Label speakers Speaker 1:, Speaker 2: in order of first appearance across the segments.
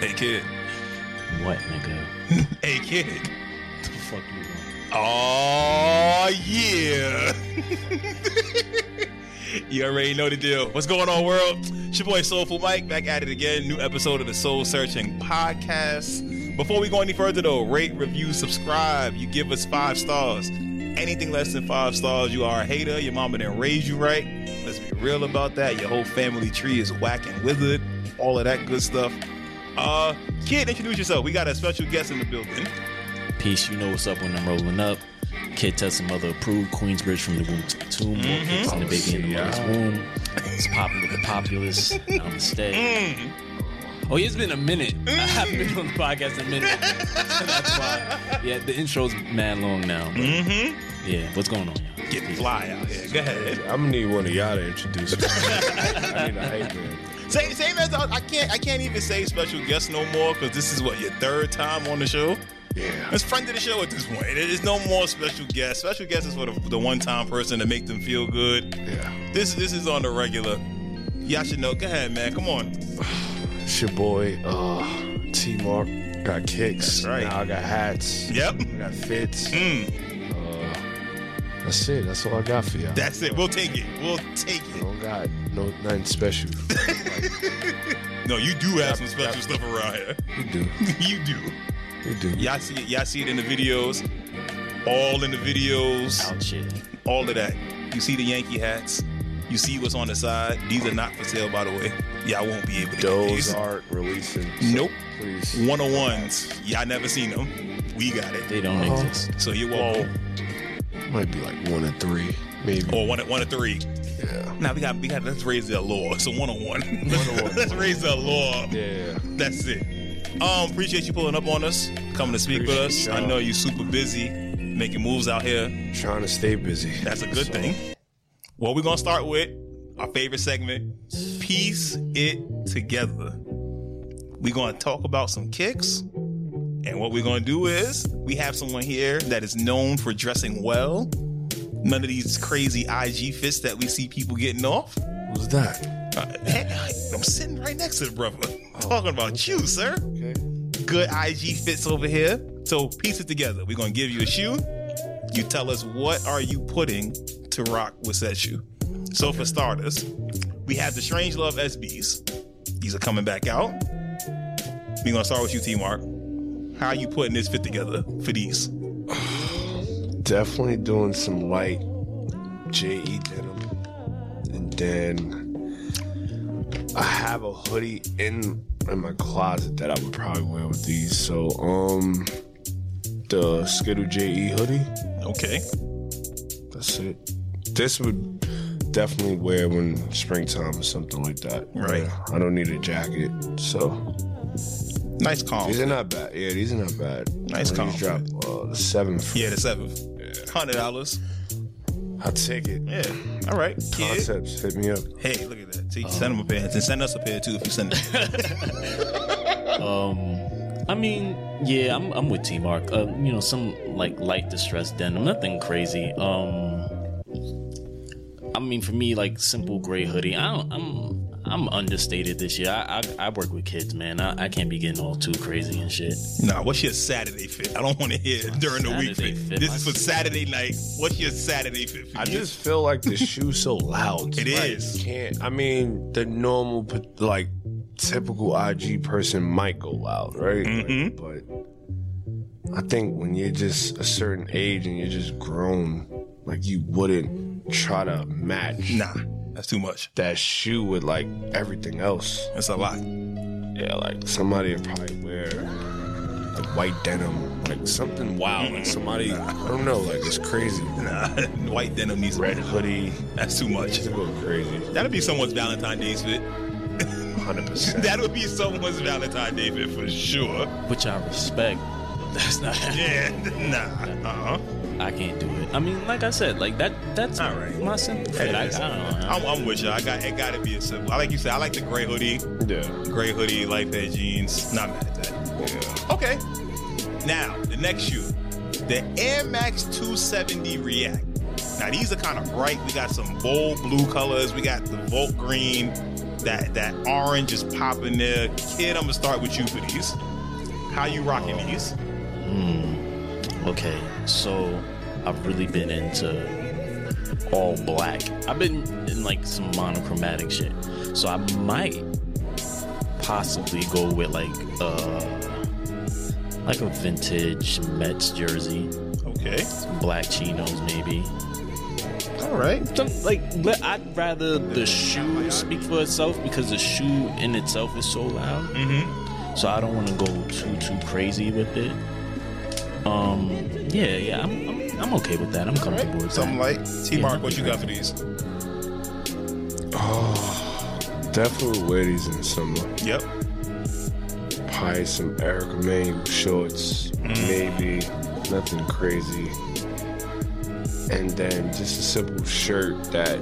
Speaker 1: Hey kid.
Speaker 2: What, nigga?
Speaker 1: Hey kid.
Speaker 2: The fuck you want?
Speaker 1: Oh yeah. you already know the deal. What's going on, world? It's your boy Soulful Mike back at it again. New episode of the Soul Searching Podcast. Before we go any further though, rate, review, subscribe. You give us five stars. Anything less than five stars, you are a hater. Your mama didn't raise you right. Let's be real about that. Your whole family tree is whack and withered. All of that good stuff. Uh, kid, introduce yourself. We got a special guest in the building.
Speaker 2: Peace, you know what's up when I'm rolling up. Kid test some mother approved. Queensbridge from the womb to the tomb. More kids than the baby in the mother's womb. It's popping with the populace. I'm instead.
Speaker 1: Mm.
Speaker 2: Oh, yeah, it's been a minute. I haven't been on the podcast in a minute. That's why. Yeah, the intro's mad long now. but
Speaker 1: Mm-hmm.
Speaker 2: Yeah, what's going on, y'all?
Speaker 1: Getting fly out here. Go ahead.
Speaker 3: I'm gonna need one of y'all to introduce me. I need a hype man.
Speaker 1: Same, same as I, I can't. I can't even say special guest no more because this is what your third time on the show.
Speaker 3: Yeah.
Speaker 1: It's friend of the show at this point. It is no more special guest. Special guest is for the, the one time person to make them feel good.
Speaker 3: Yeah.
Speaker 1: This this is on the regular. Y'all should know. Go ahead, man. Come on.
Speaker 3: It's your boy, uh, T Mark. Got kicks.
Speaker 1: That's right.
Speaker 3: Now I got hats.
Speaker 1: Yep.
Speaker 3: I got fits.
Speaker 1: Mm,
Speaker 3: Uh, that's it. That's all I got for y'all.
Speaker 1: that's it. We'll take it. We'll take
Speaker 3: I
Speaker 1: it.
Speaker 3: don't got no nothing special.
Speaker 1: No, you do have
Speaker 3: Yep,
Speaker 1: some special
Speaker 3: yep.
Speaker 1: stuff around here.
Speaker 3: You do.
Speaker 1: you do.
Speaker 3: You do.
Speaker 1: Y'all see it. Y'all see it in the videos. All in the videos.
Speaker 2: Out shit.
Speaker 1: all of that. You see the Yankee hats. You see what's on the side. These are not for sale, by the way. Yeah, I won't be able to get
Speaker 3: Those
Speaker 1: these.
Speaker 3: aren't releasing.
Speaker 1: Nope.
Speaker 3: Please.
Speaker 1: 101s. Yeah, I never seen them. We got it.
Speaker 2: They don't
Speaker 3: Uh-huh.
Speaker 2: exist.
Speaker 1: So you're welcome.
Speaker 3: Might be like one or three. Maybe.
Speaker 1: Or one one of three.
Speaker 3: Yeah.
Speaker 1: Now we got we got let's raise the law. So one on one.
Speaker 3: 101.
Speaker 1: Let's raise the law.
Speaker 3: Yeah.
Speaker 1: That's it. Um, appreciate you pulling up on us, coming to speak with us.
Speaker 3: Appreciate
Speaker 1: I
Speaker 3: y'all.
Speaker 1: know you're super busy, making moves out here.
Speaker 3: Trying to stay busy.
Speaker 1: That's a good
Speaker 3: So,
Speaker 1: thing. What we're gonna start with, our favorite segment, piece it together. We're gonna talk about some kicks, and what we're gonna do is we have someone here that is known for dressing well. None of these crazy IG fits that we see people getting off.
Speaker 3: Who's that?
Speaker 1: Uh, hey, I'm sitting right next to the brother. Talking about you, sir.
Speaker 3: Oh. Okay.
Speaker 1: Good IG fits over here. So piece it together. We're gonna give you a shoe. You tell us what are you putting to rock with that shoe. So for starters, we have the Strange Love SBs. These are coming back out. We're gonna start with you, T Mark. How you putting this fit together for these?
Speaker 3: definitely doing some light JE denim. And then I have a hoodie in in my closet that I would probably wear with these. So um the Skittle JE hoodie.
Speaker 1: Okay.
Speaker 3: That's it. This would definitely wear when springtime or something like that.
Speaker 1: Right.
Speaker 3: Yeah, I don't need a jacket. So
Speaker 1: Nice calm.
Speaker 3: these are not bad. Yeah, these are not bad.
Speaker 1: Nice
Speaker 3: These
Speaker 1: comp.
Speaker 3: Drop uh, the seventh.
Speaker 1: Yeah, the seventh. Hundred dollars.
Speaker 3: I take it.
Speaker 1: Yeah. All right. Kid.
Speaker 3: Concepts, hit me up.
Speaker 1: Hey, look at that. See, send them a pair. And send us a pair too if you send it.
Speaker 2: Um, I mean, yeah, I'm, I'm with T Mark. Uh, you know, some like light distressed denim, nothing crazy. Um, I mean, for me, like simple gray hoodie. I don't, I'm I'm understated this year. I I, I work with kids, man. I, I can't be getting all too crazy and shit.
Speaker 1: Nah, what's your Saturday fit? I don't want to hear during the week
Speaker 2: Saturday
Speaker 1: fit.
Speaker 2: fit,
Speaker 1: This
Speaker 2: my-
Speaker 1: is for Saturday night. What's your Saturday fit? For
Speaker 3: I
Speaker 1: you?
Speaker 3: just feel like the shoe's so loud.
Speaker 1: It
Speaker 3: It
Speaker 1: is.
Speaker 3: Can't. I mean, the normal, p- like, typical IG person might go loud, right? Like,
Speaker 1: Mhm.
Speaker 3: but I think when you're just a certain age and you're just grown, like, you wouldn't try to match
Speaker 1: nah, that's too much.
Speaker 3: that shoe with like everything else.
Speaker 1: That's a lot.
Speaker 3: Yeah, like somebody would probably wear like white denim, like something wild. Like somebody, I don't know, like it's crazy.
Speaker 1: Mm-hmm. Nah, white denim needs
Speaker 3: Red hoodie,
Speaker 1: That's too much.
Speaker 3: just go crazy,
Speaker 1: That'll be someone's Valentine's Day fit.
Speaker 3: hundred percent.
Speaker 1: That'll be someone's Valentine's Day fit for sure.
Speaker 2: Which I respect. but That's not.
Speaker 1: Yeah, nah. Uh huh.
Speaker 2: I can't do it. I mean, like I said, like that. That's
Speaker 1: All right.
Speaker 2: My simple. fit. I, I don't know.
Speaker 1: I'm, I'm with you. I got it. Got to be a simple. I like you said. I like the gray hoodie,
Speaker 3: Yeah.
Speaker 1: gray hoodie, light pad jeans. Not mad at that.
Speaker 3: yeah.
Speaker 1: Okay. Now, the next shoe, the Air Max 270 React. Now, these are kind of bright. We got some bold blue colors. We got the Volt green. that that orange is popping there. Kid, I'm gonna start with you for these. How you rocking these?
Speaker 2: Okay, so I've really been into all black. I've been in like some monochromatic shit. So I might possibly go with like uh like a vintage Mets jersey,
Speaker 1: Okay.
Speaker 2: some black chinos maybe.
Speaker 1: All right.
Speaker 2: Some, like but I'd rather the shoe speak for itself because the shoe in itself is so loud.
Speaker 1: Mm-hmm.
Speaker 2: so I don't want to go too too crazy with it. Um, yeah, yeah, I'm I'm, I'm okay with that. I'm comfortable with
Speaker 1: Something
Speaker 2: that.
Speaker 1: like T
Speaker 2: Yeah,
Speaker 1: Mark, what you got for these?
Speaker 3: Oh, Definitely wear these in the summer.
Speaker 1: Yep.
Speaker 3: Probably some Erica Maine shorts,
Speaker 1: Mm.
Speaker 3: maybe nothing crazy. And then just a simple shirt that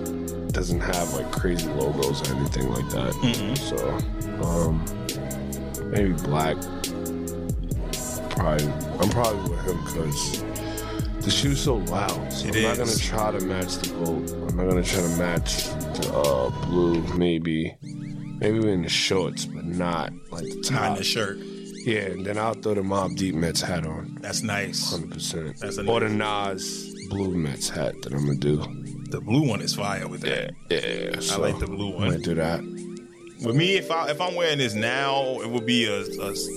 Speaker 3: doesn't have like crazy logos or anything like that.
Speaker 1: Mhm.
Speaker 3: So, um, maybe black. Probably, I'm probably with him because the shoe's so loud. So
Speaker 1: It
Speaker 3: I'm not gonna
Speaker 1: is.
Speaker 3: try to match the gold. I'm not gonna try to match the uh, blue, maybe. Maybe in the shorts, but not like the top.
Speaker 1: Not in the shirt.
Speaker 3: Yeah, and then I'll throw the Mob Deep Mets hat on,
Speaker 1: That's nice.
Speaker 3: Um, 100%.
Speaker 1: That's a
Speaker 3: or the Nas Blue Mets hat that I'm gonna do.
Speaker 1: The blue one is fire with that.
Speaker 3: Yeah, so
Speaker 1: I like the blue
Speaker 3: I'm gonna
Speaker 1: one.
Speaker 3: do that.
Speaker 1: With me, if I if I'm wearing this now, it would be a,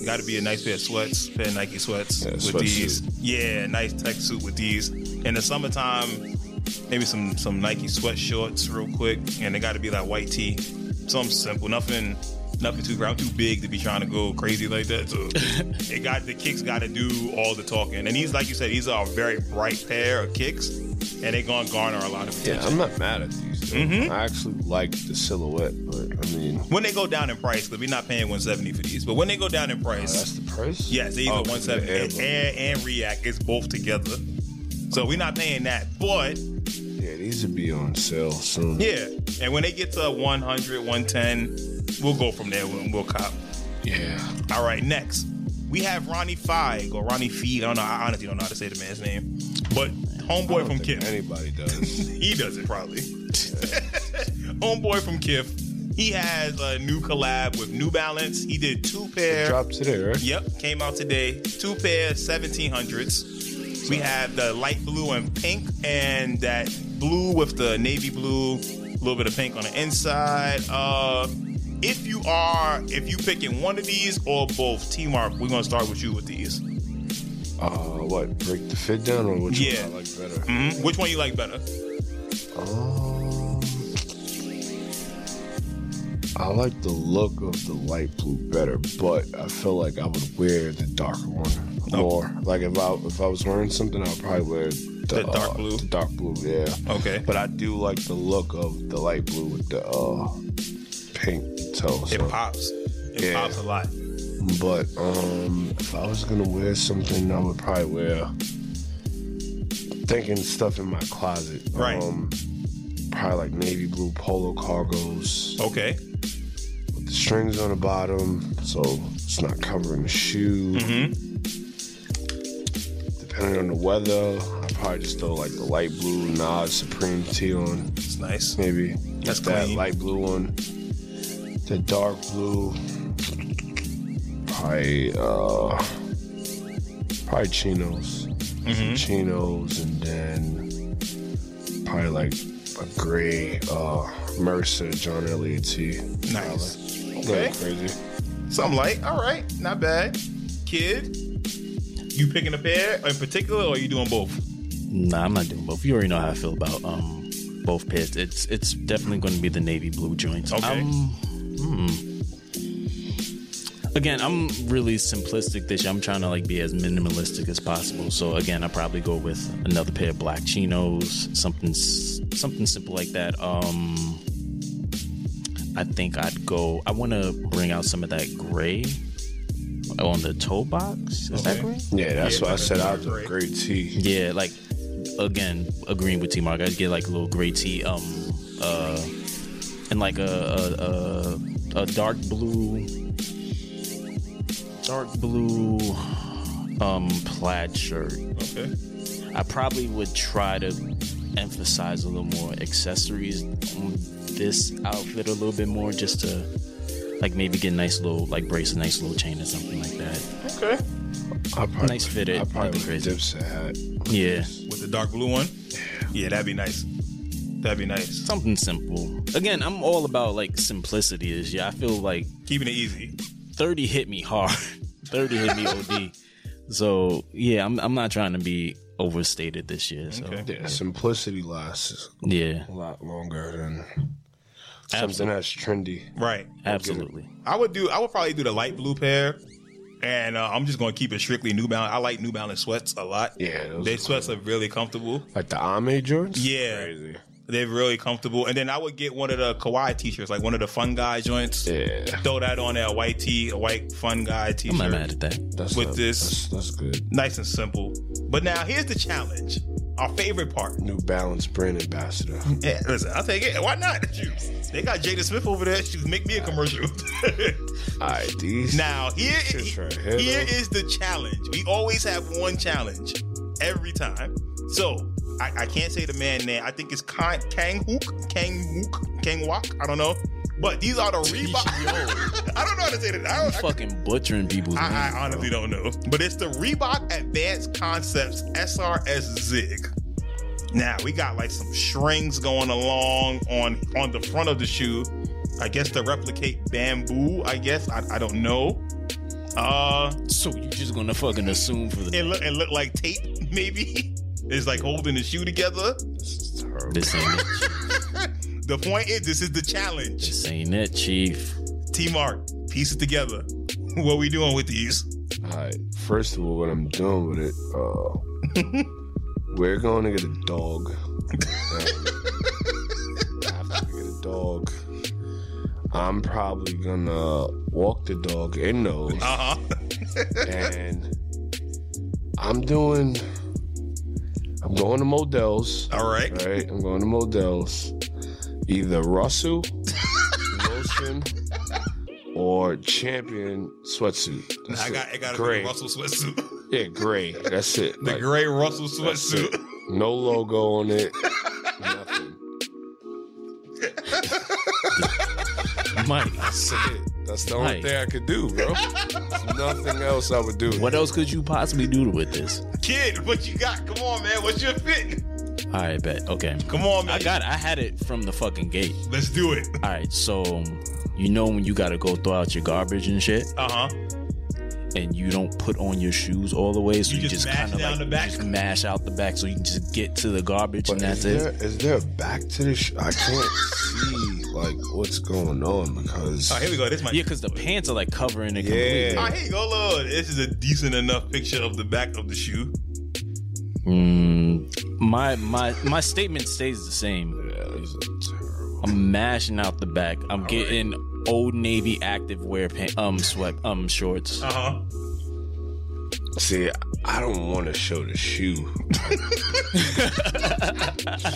Speaker 1: got to be a nice pair of sweats, pair of Nike sweats
Speaker 3: Yeah,
Speaker 1: with
Speaker 3: sweatsuit.
Speaker 1: these. Yeah, nice tech suit with these. In the summertime, maybe some some Nike sweatshorts real quick, and they got to be like white tee, something simple, nothing nothing too. grand. I'm too big to be trying to go crazy like that. So it got the kicks got to do all the talking, and these like you said, these are a very bright pair of kicks, and they're gonna garner a lot of attention.
Speaker 3: Yeah, I'm not mad at these. though.
Speaker 1: Mhm.
Speaker 3: I actually like the silhouette, but I mean,
Speaker 1: when they go down in price, because we're not paying 170 for these, but when they go down in
Speaker 3: that's
Speaker 1: price,
Speaker 3: the price.
Speaker 1: yes, they either
Speaker 3: Oh,
Speaker 1: 170
Speaker 3: the
Speaker 1: and,
Speaker 3: heirloom.
Speaker 1: and, and React, it's both together. So we're not paying that, but
Speaker 3: Yeah, these would be on sale soon.
Speaker 1: yeah. And when they get to 100, 110, we'll go from there. We'll, we'll cop.
Speaker 3: yeah.
Speaker 1: All right, next we have Ronnie Feig or Ronnie Feig. I don't know. I honestly don't know how to say the man's name, but
Speaker 3: I
Speaker 1: homeboy
Speaker 3: don't
Speaker 1: from
Speaker 3: think
Speaker 1: Kip.
Speaker 3: Anybody does.
Speaker 1: he does it probably. homeboy from Kip. He has a new collab with New Balance. He did two pair.
Speaker 3: Drop today, right?
Speaker 1: Yep, came out today. Two pair 1700s. We have the light blue and pink, and that blue with the navy blue, a little bit of pink on the inside. Uh, if you are, if you picking one of these or both, T Mark, we're gonna start with you with these.
Speaker 3: Uh, what? Break the fit down or which
Speaker 1: Yeah.
Speaker 3: one I like better?
Speaker 1: hmm Which one you like better?
Speaker 3: Um, I like the look of the light blue better, but I feel like I would wear the darker one more. Like if I if I was wearing something, I'd probably wear the,
Speaker 1: The dark
Speaker 3: uh,
Speaker 1: blue? Oh.
Speaker 3: The dark blue, yeah.
Speaker 1: Okay.
Speaker 3: But I do like the look of the light blue with the uh, pink toe.
Speaker 1: It
Speaker 3: so-
Speaker 1: pops. It
Speaker 3: Yeah.
Speaker 1: pops a lot.
Speaker 3: But um, if I was gonna wear something, I would probably wear. Thinking stuff in my closet,
Speaker 1: Right.
Speaker 3: Um, probably like navy blue polo cargos
Speaker 1: Okay.
Speaker 3: with the strings on the bottom, so it's not covering the shoe.
Speaker 1: hmm
Speaker 3: Depending on the weather, I probably just throw like the light blue Nas Supreme tee on,
Speaker 1: It's nice.
Speaker 3: maybe.
Speaker 1: That's
Speaker 3: Get that
Speaker 1: clean.
Speaker 3: light blue one. The dark blue, probably uh, probably chinos,
Speaker 1: hmm
Speaker 3: chinos, and then probably like a gray uh, Mercer John Elliott tee.
Speaker 1: Nice.
Speaker 3: Nothing crazy.
Speaker 1: Something light. All right. Not bad. Kid, you picking a pair in particular or you doing both?
Speaker 2: Nah, I'm not doing both. You already know how I feel about um both pairs. It's it's definitely going to be the navy blue joints.
Speaker 1: Okay.
Speaker 2: Um, hmm. Again, I'm really simplistic this year. I'm trying to like be as minimalistic as possible. So again, I probably go with another pair of black chinos, something s- something simple like that. Um, I think I'd go. I want to bring out some of that gray on the toe box. Is that
Speaker 1: Okay.
Speaker 2: gray?
Speaker 3: Yeah,
Speaker 1: Yeah,
Speaker 3: that's what I
Speaker 1: that's
Speaker 3: said. I was
Speaker 1: great.
Speaker 3: a great tee.
Speaker 2: Yeah, like again, agreeing with T Mark, I get like a little gray tea, um, uh, and like a a, a a dark blue, dark blue, um, plaid shirt.
Speaker 1: Okay.
Speaker 2: I probably would try to emphasize a little more accessories on this outfit a little bit more just to like maybe get a nice little like brace, a nice little chain or something like that.
Speaker 1: Okay.
Speaker 3: I probably
Speaker 2: Nice fit it,
Speaker 3: I probably
Speaker 2: nothing
Speaker 3: would
Speaker 2: crazy.
Speaker 3: Dipset hat.
Speaker 2: Yeah.
Speaker 1: With the dark blue one? Yeah, that'd be nice. That'd be nice.
Speaker 2: Something simple. Again, I'm all about like simplicity is yeah. I feel like
Speaker 1: Keeping it easy.
Speaker 2: 30 hit me hard. 30 hit me OD. So yeah, I'm I'm not trying to be overstated this year. So
Speaker 1: Okay.
Speaker 3: Yeah, simplicity lasts
Speaker 2: yeah.
Speaker 3: a lot longer than something
Speaker 2: Absolutely.
Speaker 3: that's trendy.
Speaker 1: Right.
Speaker 2: Absolutely.
Speaker 1: I would do. I would probably do the light blue pair, and uh, I'm just gonna keep it strictly New Balance. I like New Balance sweats a lot.
Speaker 3: Yeah, those
Speaker 1: their
Speaker 3: are
Speaker 1: sweats are really comfortable.
Speaker 3: Like the Ame joints?
Speaker 1: Yeah.
Speaker 3: Crazy.
Speaker 1: They're really comfortable. And then I would get one of the Kawhi t-shirts, like one of the Fun Guy joints.
Speaker 3: Yeah.
Speaker 1: Throw that on there, a white tee, a white Fun Guy
Speaker 2: I'm not
Speaker 1: t-shirt.
Speaker 2: mad at that.
Speaker 3: That's
Speaker 1: With
Speaker 3: not-
Speaker 1: this-
Speaker 3: That's, that's good.
Speaker 1: Nice and simple. But now here's the challenge. Our favorite part.
Speaker 3: New Balance brand ambassador.
Speaker 1: Yeah, listen, I'll take it. Why not? They got Jada Smith over there. She make me a commercial.
Speaker 3: Alright, these.
Speaker 1: Now here,
Speaker 3: Shit's right here,
Speaker 1: here
Speaker 3: though.
Speaker 1: is the challenge. We always have one challenge every time. So I, I can't say the man name. I think it's Kan- Kang Hook, Kang Hook, Kang Wok. I don't know. But these are the Reebok. I don't know how to say that. I,
Speaker 2: I'm
Speaker 1: don't,
Speaker 2: fucking butchering people's names.
Speaker 1: I, I honestly don't know. But it's the Reebok Advanced Concepts SRS Zig. Now we got like some strings going along on on the front of the shoe. I guess to replicate bamboo. I guess I, I don't know. Uh,
Speaker 2: So you just gonna fucking assume for the
Speaker 1: it look it look like tape maybe. It's like holding the shoe together.
Speaker 3: This is terrible.
Speaker 2: this ain't it.
Speaker 1: The point is, this is the challenge.
Speaker 2: This ain't it, Chief.
Speaker 1: T Mark, piece it together. What we doing with these?
Speaker 3: Alright, first of all, what I'm doing with it, uh, we're going to get a dog. I have to get a dog. I'm probably gonna walk the dog in those.
Speaker 1: Uh huh.
Speaker 3: and I'm doing. I'm going to Models.
Speaker 1: All right.
Speaker 3: Right, I'm going to Models. Either Russell, Wilson, or Champion sweatsuit. That's
Speaker 1: I
Speaker 3: it.
Speaker 1: got I got
Speaker 3: gray.
Speaker 1: a Russell sweatsuit.
Speaker 3: Yeah, gray. That's it.
Speaker 1: The
Speaker 3: Like,
Speaker 1: gray Russell
Speaker 3: that's
Speaker 1: sweatsuit.
Speaker 3: it. No logo on it. Nothing.
Speaker 2: Mike,
Speaker 3: That's it. That's the only
Speaker 2: Right.
Speaker 3: thing I could do, bro. There's nothing else I would do.
Speaker 2: what else could you possibly do with this?
Speaker 1: Kid, what you got? Come on, man. What's your fit?
Speaker 2: All right, bet. Okay.
Speaker 1: Come on, man.
Speaker 2: I got I had it from the fucking gate.
Speaker 1: Let's do it.
Speaker 2: All right, so you know when you gotta go throw out your garbage and shit,
Speaker 1: Uh huh.
Speaker 2: and you don't put on your shoes all the way, so
Speaker 1: You
Speaker 2: you,
Speaker 1: just
Speaker 2: just,
Speaker 1: mash
Speaker 2: kind of
Speaker 1: down
Speaker 2: like
Speaker 1: the
Speaker 2: you
Speaker 1: back.
Speaker 2: just mash out the back, so you can just get to the garbage and that's
Speaker 3: is there,
Speaker 2: it.
Speaker 3: is there a back to the sh- I can't see like what's going on because
Speaker 1: Oh, here we go. This is my.
Speaker 2: Yeah, because the pants are like covering it
Speaker 3: Yeah.
Speaker 1: All right, here you go, Lord. This is a decent enough picture of the back of the shoe.
Speaker 2: completely. Mm, my my my statement stays the same.
Speaker 3: yeah, these are terrible.
Speaker 2: I'm mashing out the back. I'm getting old navy active wear pant, um sweat um shorts.
Speaker 1: Uh huh.
Speaker 3: See, I don't want to show the shoe.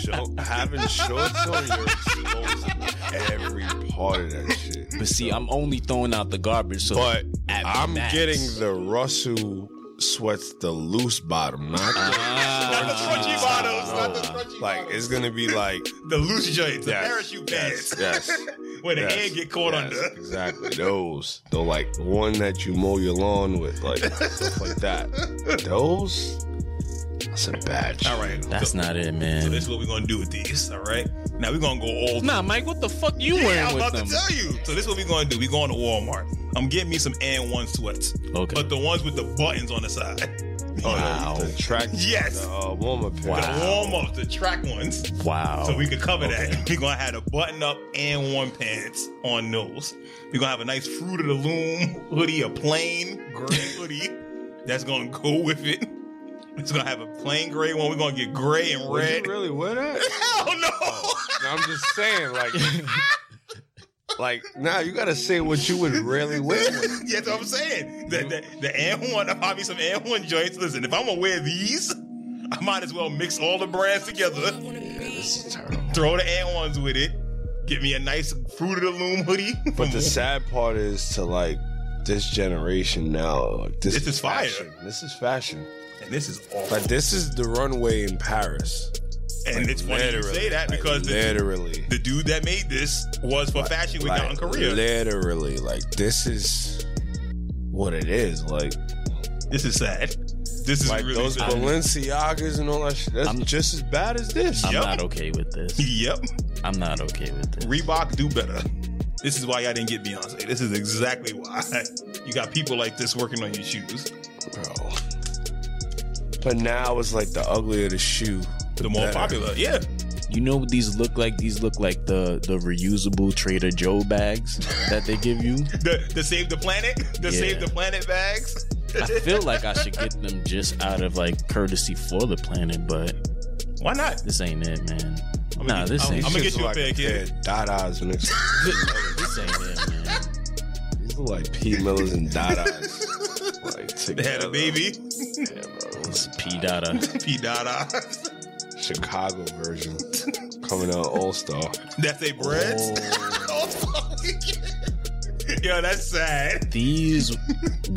Speaker 3: show, having shorts on, you're exposing every part of that shit.
Speaker 2: But see, I'm only throwing out the garbage. So
Speaker 3: But
Speaker 2: At
Speaker 3: I'm
Speaker 2: max.
Speaker 3: getting the Russell sweats, the loose bottom, not the
Speaker 1: Uh-huh. not the
Speaker 2: Ah.
Speaker 1: scrunchy bottoms. Not the
Speaker 2: Oh.
Speaker 1: scrunchy
Speaker 3: like
Speaker 1: bottoms.
Speaker 3: it's gonna be like
Speaker 1: The loose joints, the
Speaker 3: yes,
Speaker 1: parachute
Speaker 3: yes,
Speaker 1: pants.
Speaker 3: yes.
Speaker 1: Where the
Speaker 3: yes,
Speaker 1: hand get caught
Speaker 3: yes,
Speaker 1: under.
Speaker 3: Exactly. Those. The like one that you mow your lawn with, like stuff like that. Those that's a bad
Speaker 1: All right.
Speaker 2: that's
Speaker 1: so,
Speaker 2: not it,
Speaker 1: so
Speaker 2: man.
Speaker 1: this is what we're gonna do with these. All right. Now we're gonna go all.
Speaker 2: Nah, Mike, what the fuck you
Speaker 1: Yeah,
Speaker 2: wearing
Speaker 1: I'm
Speaker 2: with
Speaker 1: about
Speaker 2: them?
Speaker 1: to tell you. So this is what we're gonna do. We're going to Walmart. I'm getting me some and one sweats.
Speaker 2: Okay.
Speaker 1: But the ones with the buttons on the side.
Speaker 3: Oh, the-
Speaker 2: Wow.
Speaker 3: The, track
Speaker 1: Yes.
Speaker 3: the, uh, warm up
Speaker 2: Wow.
Speaker 1: The warm ups, the track ones.
Speaker 2: Wow.
Speaker 1: So we could cover
Speaker 2: Okay.
Speaker 1: that. We're gonna have a button up and one pants on those. We're gonna have a nice fruit of the loom hoodie, a plain gray hoodie. That's gonna go with it. It's gonna have a plain gray one. We're gonna get gray and
Speaker 3: Would you
Speaker 1: red.
Speaker 3: really wear that?
Speaker 1: Hell no!
Speaker 3: No, I'm just saying, like Like now you gotta say what you would really wear.
Speaker 1: That's what I'm saying. The, the, the and one, probably some and one joints. Listen, if I'm gonna wear these, I might as well mix all the brands together.
Speaker 3: This is terrible.
Speaker 1: Throw the and ones with it. Get me a nice fruit of the loom hoodie.
Speaker 3: But the sad part is to like this generation now. Like, this,
Speaker 1: This is fire.
Speaker 3: fashion. This is fashion.
Speaker 1: and this is awful.
Speaker 3: Like this is the runway in Paris.
Speaker 1: And it's funny to say that
Speaker 3: like,
Speaker 1: because the,
Speaker 3: literally,
Speaker 1: the dude that made this was for Fashion Week out in Korea.
Speaker 3: Literally, like this is what it is. Like,
Speaker 1: this is sad. This is
Speaker 3: like
Speaker 1: really
Speaker 3: those
Speaker 1: sad.
Speaker 3: Balenciagas and all that shit. That's
Speaker 2: I'm-
Speaker 3: just as bad as this.
Speaker 2: I'm
Speaker 1: Yup.
Speaker 2: not okay with this.
Speaker 1: Yep.
Speaker 2: I'm not okay with this.
Speaker 1: Reebok do better. This is why I didn't get Beyonce. This is exactly why. You got people like this working on your shoes.
Speaker 3: Bro. But now it's like the uglier the shoe,
Speaker 1: The more
Speaker 3: better.
Speaker 1: popular. Yeah.
Speaker 2: You know what these look like? These look like the the reusable Trader Joe bags that they give you.
Speaker 1: The the Save the Planet. The
Speaker 2: Yeah.
Speaker 1: Save the Planet bags.
Speaker 2: I feel like I should get them just out of like courtesy for the planet, but
Speaker 1: Why not?
Speaker 2: this ain't it, man. Nah,
Speaker 1: get-
Speaker 2: this
Speaker 1: I'm-
Speaker 2: ain't.
Speaker 1: I'm
Speaker 2: it.
Speaker 1: gonna get
Speaker 3: Shit's
Speaker 1: you a
Speaker 3: like
Speaker 1: pair, kid.
Speaker 3: pair of Dadas and it's
Speaker 2: this ain't it, man.
Speaker 3: These look like P. Millers and Dadas. like
Speaker 1: They had a
Speaker 3: together.
Speaker 1: baby.
Speaker 3: Yeah, bro.
Speaker 2: It's P Dada.
Speaker 1: P Dada.
Speaker 3: Chicago version coming out all star.
Speaker 1: That's a breads.
Speaker 3: Oh.
Speaker 1: Yo, that's sad.
Speaker 2: These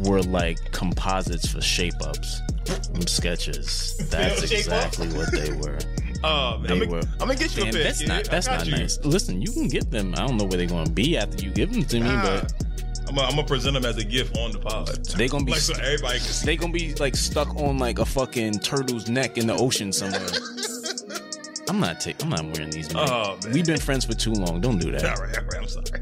Speaker 2: were like composites for shape ups from sketches. That's
Speaker 1: Yo, shape up.
Speaker 2: exactly what they were.
Speaker 1: Oh man, I'm
Speaker 2: They
Speaker 1: gonna,
Speaker 2: were-
Speaker 1: I'm gonna get you
Speaker 2: Damn,
Speaker 1: a pair.
Speaker 2: that's
Speaker 1: kid.
Speaker 2: not
Speaker 1: I
Speaker 2: that's
Speaker 1: got
Speaker 2: not
Speaker 1: you.
Speaker 2: nice. Listen, you can get them. I don't know where they're gonna be after you give them to me,
Speaker 1: Nah.
Speaker 2: but
Speaker 1: I'm gonna I'm gonna present them as a gift on the pod.
Speaker 2: they gonna be
Speaker 1: Like so everybody can see.
Speaker 2: they gonna be like stuck on like a fucking turtle's neck in the ocean somewhere. I'm not taking. I'm not wearing these. Man.
Speaker 1: Oh, man.
Speaker 2: We've been friends for too long. Don't do
Speaker 1: All
Speaker 2: that.
Speaker 1: right, all right. I'm sorry.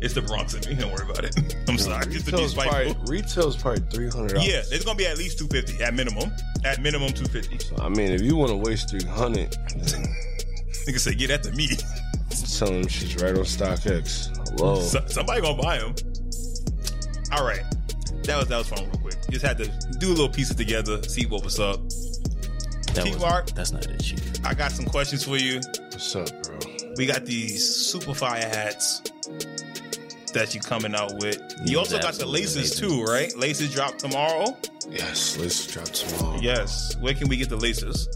Speaker 1: It's the Bronx in me. Don't worry about it. I'm sorry. It's the
Speaker 3: Retail's
Speaker 1: these white
Speaker 3: probably,
Speaker 1: people.
Speaker 3: retail's probably three hundred dollars.
Speaker 1: Yeah, there's gonna be at least 250 at minimum. At minimum 250.
Speaker 3: I mean, if you want to waste three hundred,
Speaker 1: Nigga say get at the meeting.
Speaker 3: selling shit's right on StockX. Hello.
Speaker 1: So, somebody gonna buy them. All right, that was that was fun. Real quick, just had to do a little pieces together, see what was up.
Speaker 2: That
Speaker 1: Keep
Speaker 2: was,
Speaker 1: Mark.
Speaker 2: That's not it. Chief.
Speaker 1: I got some questions for you.
Speaker 3: What's up, bro?
Speaker 1: We got these super fire hats that you coming out with. You
Speaker 2: Yeah,
Speaker 1: also got the
Speaker 2: absolutely
Speaker 1: laces
Speaker 2: amazing.
Speaker 1: too, right? Laces drop tomorrow.
Speaker 3: Yes, let's drop tomorrow.
Speaker 1: Yes. Where can we get the laces?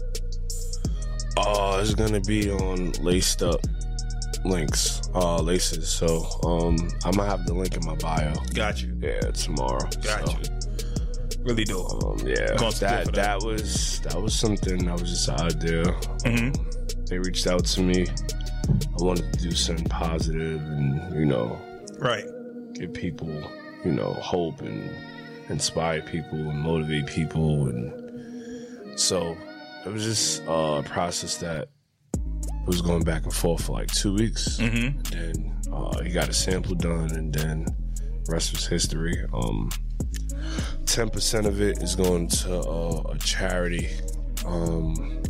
Speaker 3: Uh, it's gonna be on laced up links, uh, laces. So, um, I'm gonna have the link in my bio.
Speaker 1: Got you.
Speaker 3: Yeah, tomorrow.
Speaker 1: Got
Speaker 3: So,
Speaker 1: you. Really dope.
Speaker 3: Um, yeah,
Speaker 1: Gonna support for
Speaker 3: that
Speaker 1: that.
Speaker 3: that was that was something that was just an idea.
Speaker 1: Mhm.
Speaker 3: They reached out to me. I wanted to do something positive, and you know,
Speaker 1: Right.
Speaker 3: give people, you know, hope and inspire people and motivate people. And so it was just uh, a process that was going back and forth for like two weeks.
Speaker 1: Mm-hmm.
Speaker 3: Then uh, he got a sample done, and then rest was history. Um, 10% of it is going to uh, a charity, um,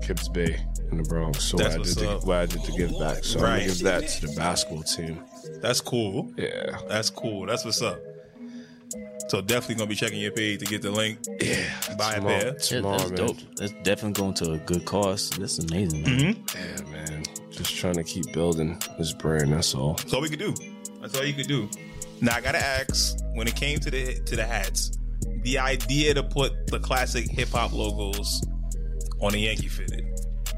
Speaker 3: Kips Bay in the Bronx. So
Speaker 1: That's
Speaker 3: where I,
Speaker 1: what's
Speaker 3: did the,
Speaker 1: up.
Speaker 3: where I did the give back. So I'm
Speaker 1: Right.
Speaker 3: going to give that to the basketball team.
Speaker 1: That's cool.
Speaker 3: Yeah.
Speaker 1: That's cool. That's what's up. So definitely gonna be checking your page to get the link.
Speaker 3: Yeah,
Speaker 1: Buy a
Speaker 3: tomorrow,
Speaker 1: pair.
Speaker 2: Yeah,
Speaker 3: Tomorrow,
Speaker 2: that's
Speaker 3: man.
Speaker 2: dope. That's definitely going to a good cause. That's amazing. Man.
Speaker 3: Yeah, man. Just trying to keep building this brand. That's all.
Speaker 1: That's all we could do. That's all you could do. Now I gotta ask, when it came to the to the hats, the idea to put the classic hip hop logos on a Yankee fitted.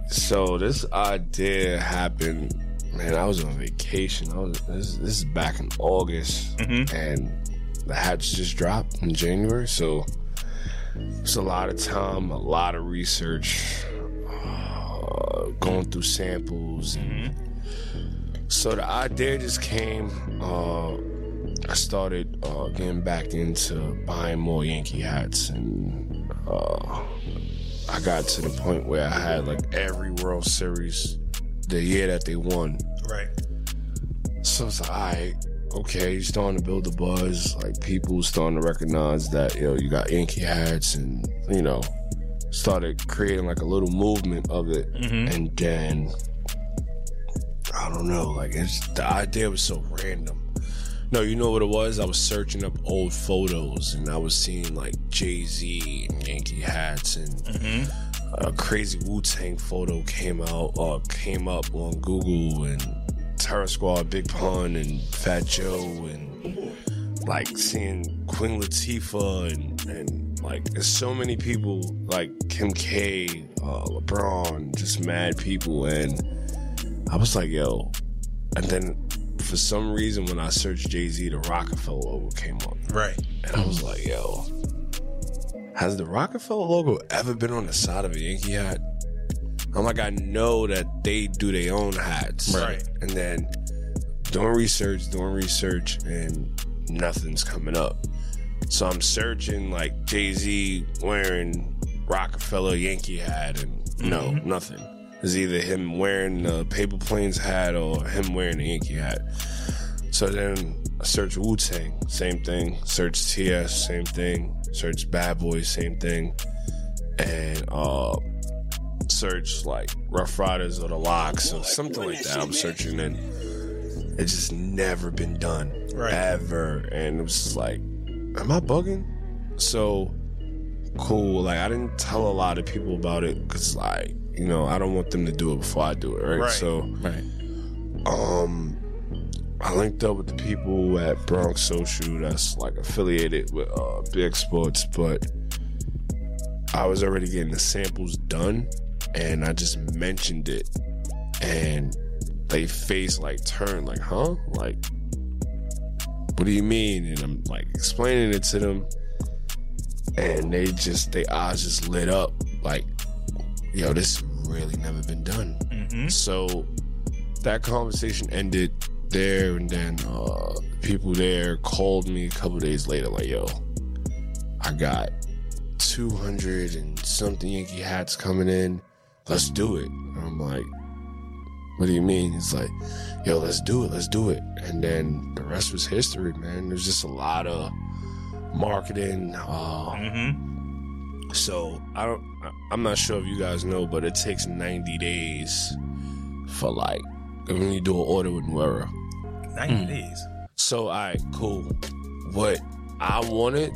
Speaker 3: So this idea happened. Man, I was on vacation. I was this. This is back in August,
Speaker 1: Mhm.
Speaker 3: and the hats just dropped in January. So it's a lot of time, a lot of research, uh, going through samples, and so the idea just came. Uh, I started uh, getting back into buying more Yankee hats, and uh, I got to the point where I had like every World Series the year that they won.
Speaker 1: Right.
Speaker 3: So it's like, all right, okay, you're starting to build the buzz. Like people starting to recognize that yo, you got Yankee hats, and you know, started creating like a little movement of it
Speaker 1: Mm-hmm.
Speaker 3: and then I don't know, like it's the idea was so random. No, you know what it was? I was searching up old photos and I was seeing like Jay Z and Yankee hats and
Speaker 1: Mm-hmm.
Speaker 3: a crazy Wu Tang photo came out or came up on Google and Terror Squad, Big Pun, and Fat Joe, and like seeing Queen Latifah and and like there's so many people like Kim K, uh, LeBron, just mad people, and I was like, yo, and then. For some reason, when I searched Jay Z, the Rockefeller logo came up.
Speaker 1: Right.
Speaker 3: And I was like, yo, has the Rockefeller logo ever been on the side of a Yankee hat? I'm like, I know that they do their own hats.
Speaker 1: Right.
Speaker 3: And then doing research, doing research, and nothing's coming up. So I'm searching like Jay Z wearing Rockefeller Yankee hat, and no, nothing. It's either him wearing the paper planes hat or him wearing the Yankee hat. So then I search Wu Tang, same thing. Search TS, same thing. Search Bad Boys, same thing. And uh, search like Rough Riders or the Locks or something like that. I'm searching and it's just never been done,
Speaker 1: Right.
Speaker 3: ever. And it was just like, am I bugging? So cool. Like I didn't tell a lot of people about it because like you know I don't want them to do it before I do it, right?
Speaker 1: Right.
Speaker 3: So
Speaker 2: Right.
Speaker 3: um, I linked up with the people at Bronx Social that's like affiliated with uh, Big Sports, but I was already getting the samples done and I just mentioned it and they face like turned like, huh? Like, what do you mean? And I'm like explaining it to them and they just, they eyes just lit up like, yo, this really never been done.
Speaker 1: Mm-hmm.
Speaker 3: So that conversation ended there, and then uh, people there called me a couple days later, like, yo, I got 200 and something Yankee hats coming in. Let's do it. And I'm like, what do you mean? It's like, yo, let's do it. Let's do it. And then the rest was history, man. There's just a lot of marketing, uh,
Speaker 1: Mm-hmm.
Speaker 3: so I don't. I- I'm not sure if you guys know, but it takes 90 days for like when you do an order with Nuera.
Speaker 1: 90
Speaker 2: Mm.
Speaker 1: days.
Speaker 3: So I cool. What I wanted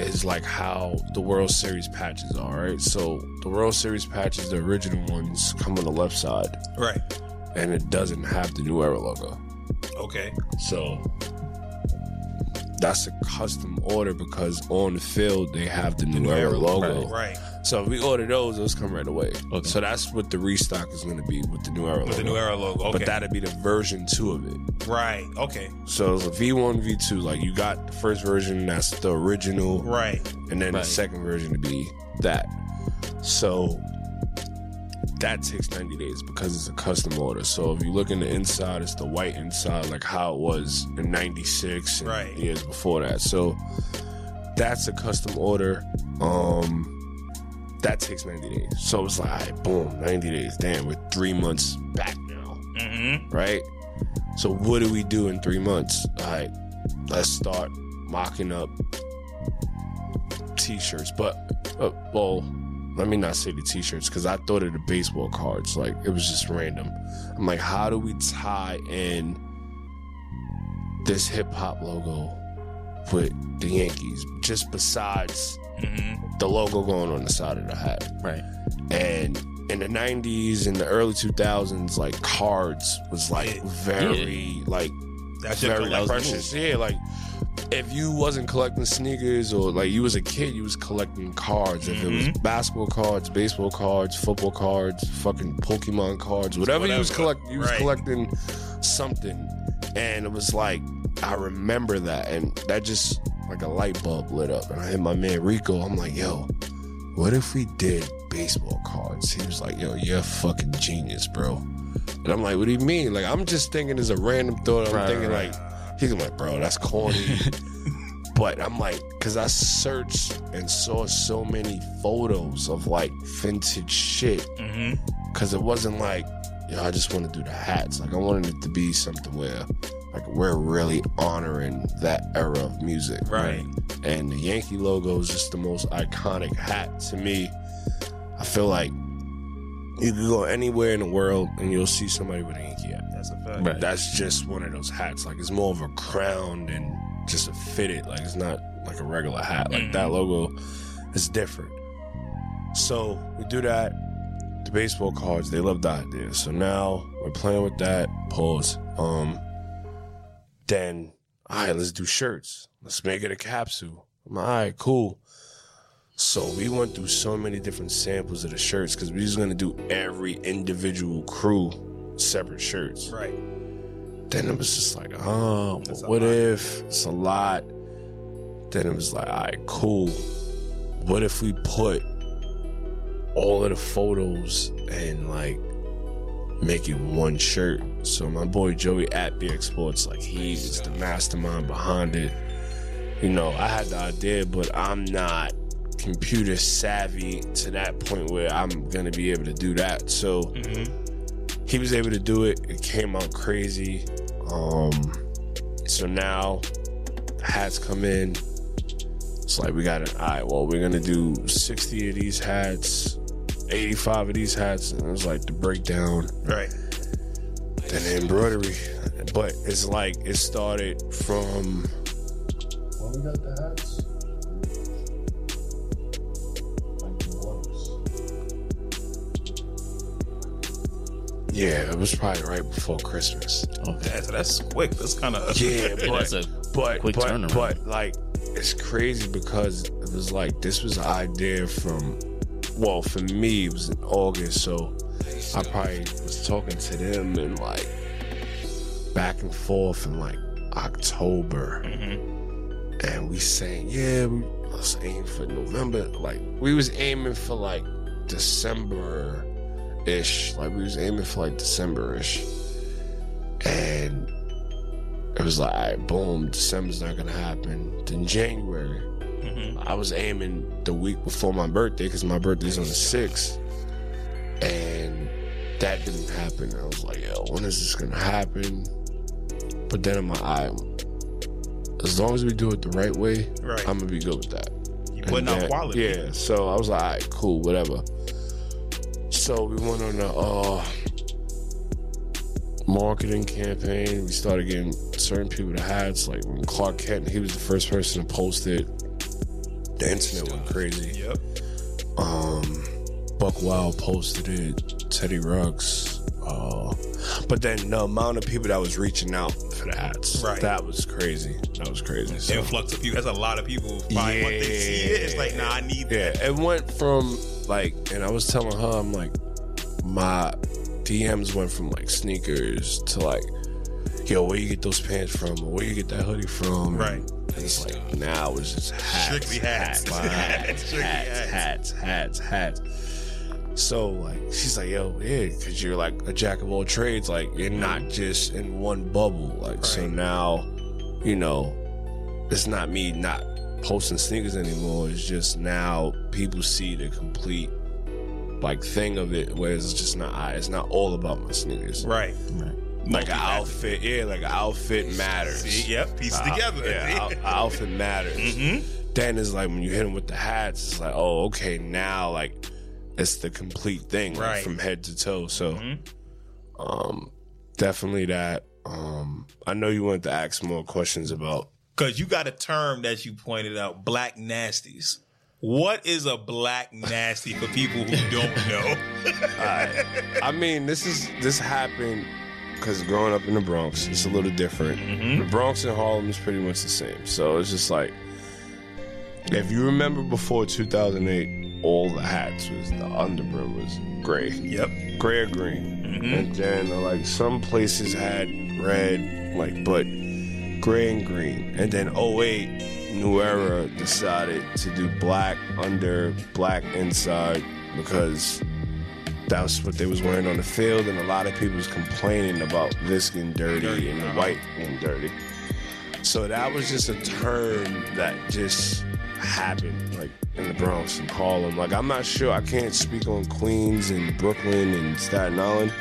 Speaker 3: is like how the World Series patches are. Right. So the World Series patches, the original ones, come on the left side,
Speaker 1: Right.
Speaker 3: and it doesn't have the Nuera logo.
Speaker 1: Okay.
Speaker 3: So that's a custom order because on the field they have the New Era logo.
Speaker 1: Right.
Speaker 3: So if we order those, those come right away.
Speaker 2: Okay.
Speaker 3: So that's what the restock is going to be with the new era.
Speaker 1: With the
Speaker 3: logo.
Speaker 1: new era logo. Okay.
Speaker 3: But that'd be the version two of it.
Speaker 1: right. Okay.
Speaker 3: So it's a V1, V2. Like you got the first version, that's the original,
Speaker 1: Right.
Speaker 3: and then
Speaker 2: Right.
Speaker 3: the second version to be that. So that takes 90 days because it's a custom order. So if you look in the inside, it's the white inside, like how it was in 96 and
Speaker 1: Right.
Speaker 3: years before that. So that's a custom order. Um that takes 90 days. So it's like, all right, boom, 90 days. Damn, we're three months back now
Speaker 1: Mm-hmm.
Speaker 3: right? So what do we do in three months? All right, let's start mocking up t-shirts. But uh, well, let me not say the t-shirts because I thought of the baseball cards. Like it was just random. I'm like, how do we tie in this hip hop logo with the Yankees? Just besides
Speaker 1: Mm-hmm.
Speaker 3: the logo going on the side of the hat.
Speaker 2: Right.
Speaker 3: And in the 90s and the early 2000s, like cards was like
Speaker 1: Yeah.
Speaker 3: very, like
Speaker 1: That's your
Speaker 3: very
Speaker 1: collection.
Speaker 3: precious. Yeah, like if you wasn't collecting sneakers or like you was a kid, you was collecting cards. If it
Speaker 1: Mm-hmm.
Speaker 3: was basketball cards, baseball cards, football cards, fucking Pokemon cards, whatever, you was
Speaker 1: Whatever.
Speaker 3: collecting, you was
Speaker 1: Right.
Speaker 3: collecting something. And it was like I remember that, and that just like a light bulb lit up. And I hit my man Rico. I'm like, yo, what if we did baseball cards? He was like, yo, you're a fucking genius, bro. And I'm like, what do you mean? Like, I'm just thinking it's a random thought. I'm
Speaker 2: Right,
Speaker 3: thinking
Speaker 2: right,
Speaker 3: like, he's like, bro, that's corny. but I'm like, because I searched and saw so many photos of like vintage shit.
Speaker 1: Mm-hmm.
Speaker 3: Because it wasn't like, yo, I just want to do the hats. Like, I wanted it to be something where, like, we're really honoring that era of music.
Speaker 1: Right.
Speaker 3: And the Yankee logo is just the most iconic hat to me. I feel like you could go anywhere in the world and you'll see somebody with a Yankee hat.
Speaker 1: That's a fact.
Speaker 2: Right.
Speaker 3: That's just one of those hats. Like it's more of a crown than just a fitted. Like it's not like a regular hat. Like
Speaker 1: Mhm.
Speaker 3: that logo is different. So we do that. The baseball cards, they love that idea. So now we're playing with that. Pause. Um then all right, let's do shirts. Let's make it a capsule. I'm like, all right, cool. So we went through so many different samples of the shirts because we was gonna do every individual crew separate shirts
Speaker 1: Right.
Speaker 3: then it was just like, oh, but
Speaker 1: That's a
Speaker 3: what
Speaker 1: lot.
Speaker 3: if it's a lot? Then it was like, all right, cool. What if we put all of the photos and like make it one shirt. So my boy Joey at BX Sports, like he was the mastermind behind it. You know, I had the idea, but I'm not computer savvy to that point where I'm gonna be able to do that. So
Speaker 1: Mm-hmm.
Speaker 3: he was able to do it. It came out crazy. Um, so now hats come in. It's like we got an eye. well, we're gonna do 60 of these hats, 85 of these hats, and it was like the breakdown
Speaker 1: Right.
Speaker 3: and the embroidery. But it's like it started from
Speaker 4: Well, we got the hats. Like the gloves.
Speaker 3: yeah, it was probably right before Christmas.
Speaker 2: Okay.
Speaker 1: Yeah, so that's quick. That's kind of
Speaker 3: Yeah, but
Speaker 2: That's a
Speaker 3: but
Speaker 2: Quick
Speaker 3: but,
Speaker 2: turnaround.
Speaker 3: but like it's crazy because it was like this was an idea from well for me it was in august so i probably was talking to them and like back and forth in like october
Speaker 1: Mm-hmm.
Speaker 3: and we saying yeah we let's aim for november like we was aiming for like december ish like we was aiming for like december ish and it was like, all right, boom, December's not gonna happen. Then January,
Speaker 1: Mm-hmm.
Speaker 3: I was aiming the week before my birthday because my birthday's on the sixth, and that didn't happen. I was like, yo, when is this gonna happen? But then in my eye, as long as we do it the right way,
Speaker 1: Right.
Speaker 3: I'm gonna be good with that.
Speaker 1: you putting
Speaker 3: And
Speaker 1: out
Speaker 3: then-
Speaker 1: quality.
Speaker 3: Yeah, so I was like, all right, cool, whatever. So we went on a uh, marketing campaign. We started getting certain people the hats. Like when Clark Kent, he was the first person to post it. The internet went crazy.
Speaker 1: Yep.
Speaker 3: Um, Buck Wild posted it. Teddy Ruggs. Uh, but then the amount of people that was reaching out for the hats,
Speaker 1: Right.
Speaker 3: that was crazy. That was crazy. So-
Speaker 1: Influx of people. That's a lot of people. Find yeah. they see it. It's like, nah, I need that.
Speaker 3: yeah, it went from like, and I was telling her, I'm like, my DMs went from like sneakers to like, yo, where you get those pants from? Or where you get that hoodie from?
Speaker 1: Right.
Speaker 3: And it's like now it's just hats,
Speaker 1: Strictly hats.
Speaker 3: hats,
Speaker 1: Strictly
Speaker 3: hats, hats, hats, hats. So like, she's like, yo, yeah, because you're like a jack of all trades. Like you're not just in one bubble. Like so
Speaker 1: Mm-hmm. Right.
Speaker 3: now, you know, it's not me not posting sneakers anymore. It's just now people see the complete like thing of it, where it's just not I. It's not all about my sneakers.
Speaker 1: Right.
Speaker 2: right.
Speaker 3: Like an outfit, yeah, like an outfit matters.
Speaker 1: See, yep. Piece
Speaker 3: Uh,
Speaker 1: together.
Speaker 3: Yeah, out- outfit matters.
Speaker 1: mm-hmm.
Speaker 3: Then it's like when you hit him with the hats, it's like, oh, okay, now like it's the complete thing, like,
Speaker 1: Right.
Speaker 3: from head to toe. So,
Speaker 1: Mhm.
Speaker 3: um, definitely that. Um, I know you wanted to ask more questions about
Speaker 1: Because you got a term that you pointed out, black nasties. What is a black nasty for people who don't know?
Speaker 3: Alright. I mean, this is this happened because growing up in the Bronx, it's a little different. The Bronx and Harlem is pretty much the same. So it's just like, if you remember before 2008, all the hats was the underbrim was gray,
Speaker 1: Yep.
Speaker 3: gray or green, and then like some places had red, like but gray and green, and then 08, New Era decided to do black under, black inside because that's what they was wearing on the field, and a lot of people was complaining about this getting dirty and the white getting dirty. So that was just a term that just happened, like in the Bronx and Harlem. Like I'm not sure, I can't speak on Queens and Brooklyn and Staten Island,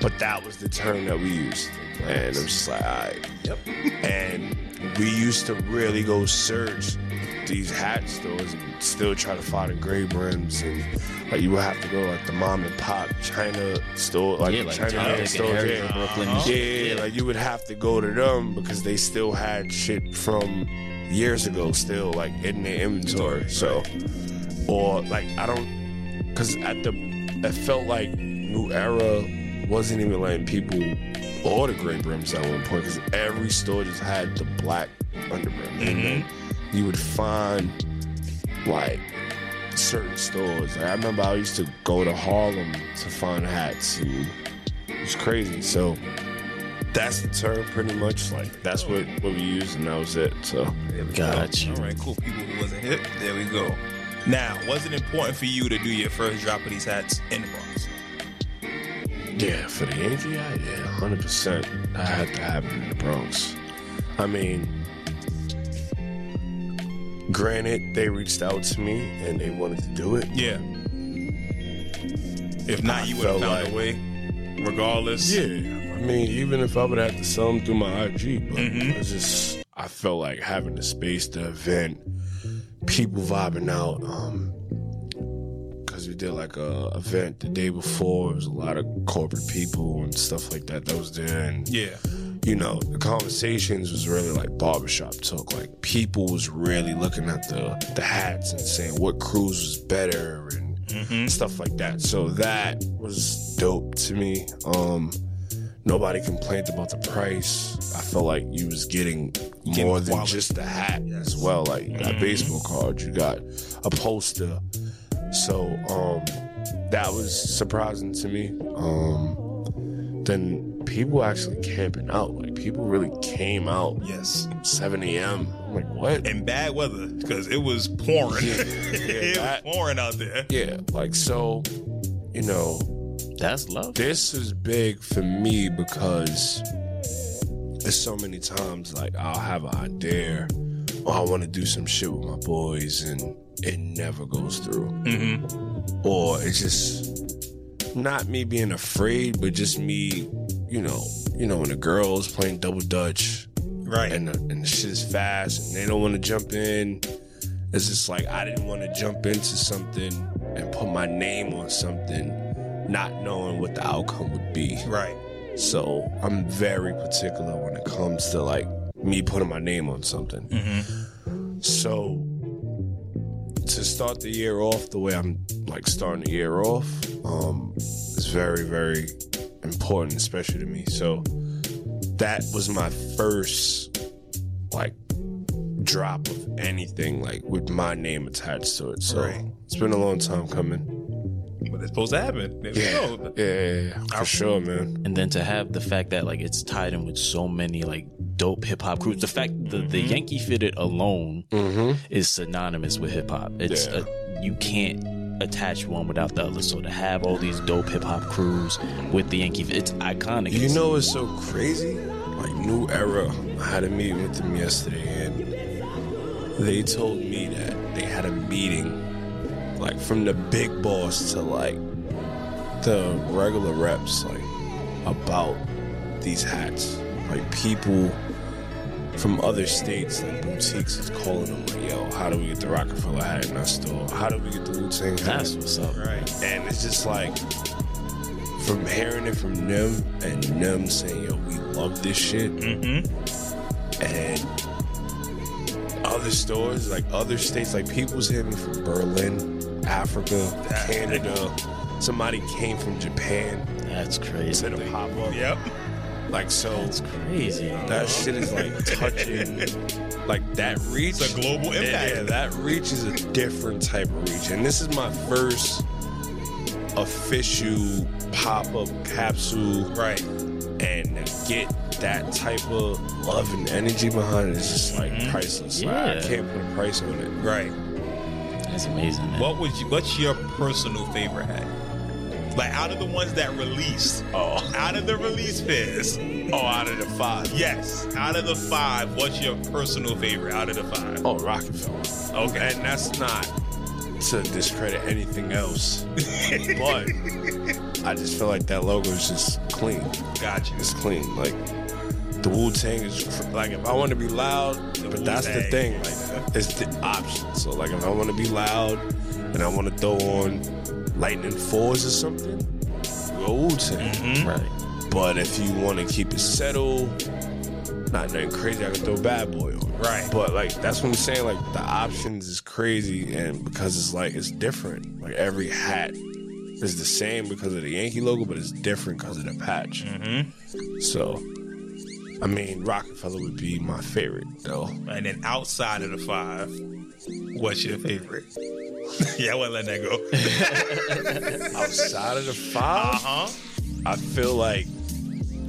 Speaker 3: but that was the term that we used, and I'm just like, all right.
Speaker 1: Yep.
Speaker 3: And we used to really go search these hat stores and still try to find the gray brims and like you would have to go like the mom and pop China store like,
Speaker 2: yeah, like
Speaker 3: China
Speaker 2: Tom, Dick, and
Speaker 3: store
Speaker 2: Harry
Speaker 3: yeah.
Speaker 2: in Brooklyn.
Speaker 1: Uh-huh.
Speaker 2: and
Speaker 3: Yeah,
Speaker 2: shit.
Speaker 3: yeah, like you would have to go to them because they still had shit from years ago still like in their inventory. So, or like I don't, because at the, it felt like New Era wasn't even letting people order gray brims at one point because every store just had the black underbrim. And then
Speaker 2: Mm-hmm.
Speaker 3: you would find like certain stores. Like I remember I used to go to Harlem to find hats and it was crazy. So that's the term pretty much. Like that's what, what we used and that was it. So
Speaker 2: Got you.
Speaker 1: All right, cool. People who wasn't hip, there we go. Now, was it important for you to do your first drop of these hats in the Bronx?
Speaker 3: Yeah, for the energy, I, yeah, hundred percent. I had to happen in the Bronx. I mean, granted, they reached out to me and they wanted to do it.
Speaker 1: Yeah. If
Speaker 3: I
Speaker 1: not, you would have
Speaker 3: felt
Speaker 1: found
Speaker 3: like-
Speaker 1: a way, regardless.
Speaker 3: Yeah, I mean, even if I would have to sell them through my IG, but
Speaker 1: Mhm.
Speaker 3: it's just I felt like having the space, the event, people vibing out. Um, because we did like a event the day before. It was a lot of corporate people and stuff like that that was there, and
Speaker 1: Yeah.
Speaker 3: you know, the conversations was really like barbershop talk. Like people was really looking at the the hats and saying what crews was better and
Speaker 1: Mm-hmm.
Speaker 3: stuff like that. So that was dope to me. Um nobody complained about the price. I felt like you was getting
Speaker 1: Getting
Speaker 3: more than
Speaker 1: quality. Mm-hmm.
Speaker 3: just the hat as well. Like you got baseball cards, you got a poster. So um that was surprising to me. Um then people actually camping out. Like people really came out
Speaker 1: Yes.
Speaker 3: 7 a.m. I'm like, what?
Speaker 1: In bad weather, because it was pouring.
Speaker 3: Yeah,
Speaker 1: it
Speaker 3: that-
Speaker 1: was pouring out there.
Speaker 3: Yeah, like so, you know,
Speaker 2: That's love.
Speaker 3: this is big for me because there's so many times like I'll have an idea or I want to do some shit with my boys and it never goes through.
Speaker 1: Mm-hmm.
Speaker 3: Or it's just not me being afraid, but just me, you know, you know, when the girls playing double dutch
Speaker 1: Right.
Speaker 3: and the, and the shit is fast and they don't want to jump in. It's just like I didn't want to jump into something and put my name on something, not knowing what the outcome would be.
Speaker 1: right.
Speaker 3: So I'm very particular when it comes to like me putting my name on something.
Speaker 1: Mm-hmm.
Speaker 3: So to start the year off the way I'm like starting the year off, um, is very, very important, especially to me. So that was my first like drop of anything like with my name attached to it. So
Speaker 1: Right.
Speaker 3: it's been a long time coming.
Speaker 1: But it's supposed to happen. There we
Speaker 3: Yeah,
Speaker 1: go.
Speaker 3: yeah, yeah, yeah. for
Speaker 1: I'll-
Speaker 3: sure, man.
Speaker 2: and then to have the fact that like it's tied in with so many like dope hip hop groups. The fact the the Yankee fitted alone
Speaker 3: Mm-hmm.
Speaker 2: is synonymous with hip hop. It's
Speaker 3: Yeah.
Speaker 2: a, you can't attach one without the other. So to have all these dope hip hop crews with the Yankee, Fit- it's iconic.
Speaker 3: You
Speaker 2: It's-
Speaker 3: know it's so crazy? Like New Era, I had a meeting with them yesterday and they told me that they had a meeting like from the big boss to like the regular reps like about these hats. Like people from other states, like boutiques is calling them like, yo, how do we get the Rockefeller hat in our store? How do we get the Wu Tang hat?
Speaker 2: that's what's up.
Speaker 1: Right.
Speaker 3: And it's just like from hearing it from them and them saying, yo, we love this shit.
Speaker 1: Mm-hmm.
Speaker 3: And other stores, like other states, like people was hitting me from Berlin, Africa, Canada. Somebody came from Japan
Speaker 2: That's crazy.
Speaker 3: to the pop up.
Speaker 1: Yep.
Speaker 3: Like, so
Speaker 2: That's crazy.
Speaker 3: that shit is like touching, like that reach.
Speaker 1: It's a global impact.
Speaker 3: Yeah, that reach is a different type of reach. And this is my first official pop up capsule.
Speaker 1: Right.
Speaker 3: And to get that type of love and energy behind it is just like
Speaker 1: Mhm.
Speaker 3: priceless. Like,
Speaker 2: Yeah.
Speaker 3: I can't put a price on it.
Speaker 1: Right.
Speaker 2: That's amazing. Man.
Speaker 1: What would you? What's your personal favorite hat? Like out of the ones that released,
Speaker 3: Oh,
Speaker 1: out of the release pairs,
Speaker 3: oh, out of the five.
Speaker 1: yes, out of the five, what's your personal favorite out of the five?
Speaker 3: Oh, Rockefeller.
Speaker 1: Okay.
Speaker 3: And that's not to discredit anything else, but I just feel like that logo is just clean.
Speaker 1: Got you.
Speaker 3: It's clean. Like the Wu Tang is cr- like if I want to be loud, but that's the
Speaker 1: Wu-Tang.
Speaker 3: thing. Like it's the option. So like if I want to be loud and I want to throw on Lightning Fours or something, go Wu Tang.
Speaker 1: Mhm.
Speaker 2: Right.
Speaker 3: But if you want to keep it settled, not nothing crazy, I can throw Bad Boy on.
Speaker 1: Right.
Speaker 3: But like that's what I'm saying. Like the options is crazy, and because it's like it's different. Like every hat is the same because of the Yankee logo, but it's different because of the patch.
Speaker 1: Mhm.
Speaker 3: So, I mean, Rockefeller would be my favorite though.
Speaker 1: And then outside of the five, what's your favorite? yeah, I wouldn't let that go.
Speaker 3: Outside of the five,
Speaker 1: huh.
Speaker 3: I feel like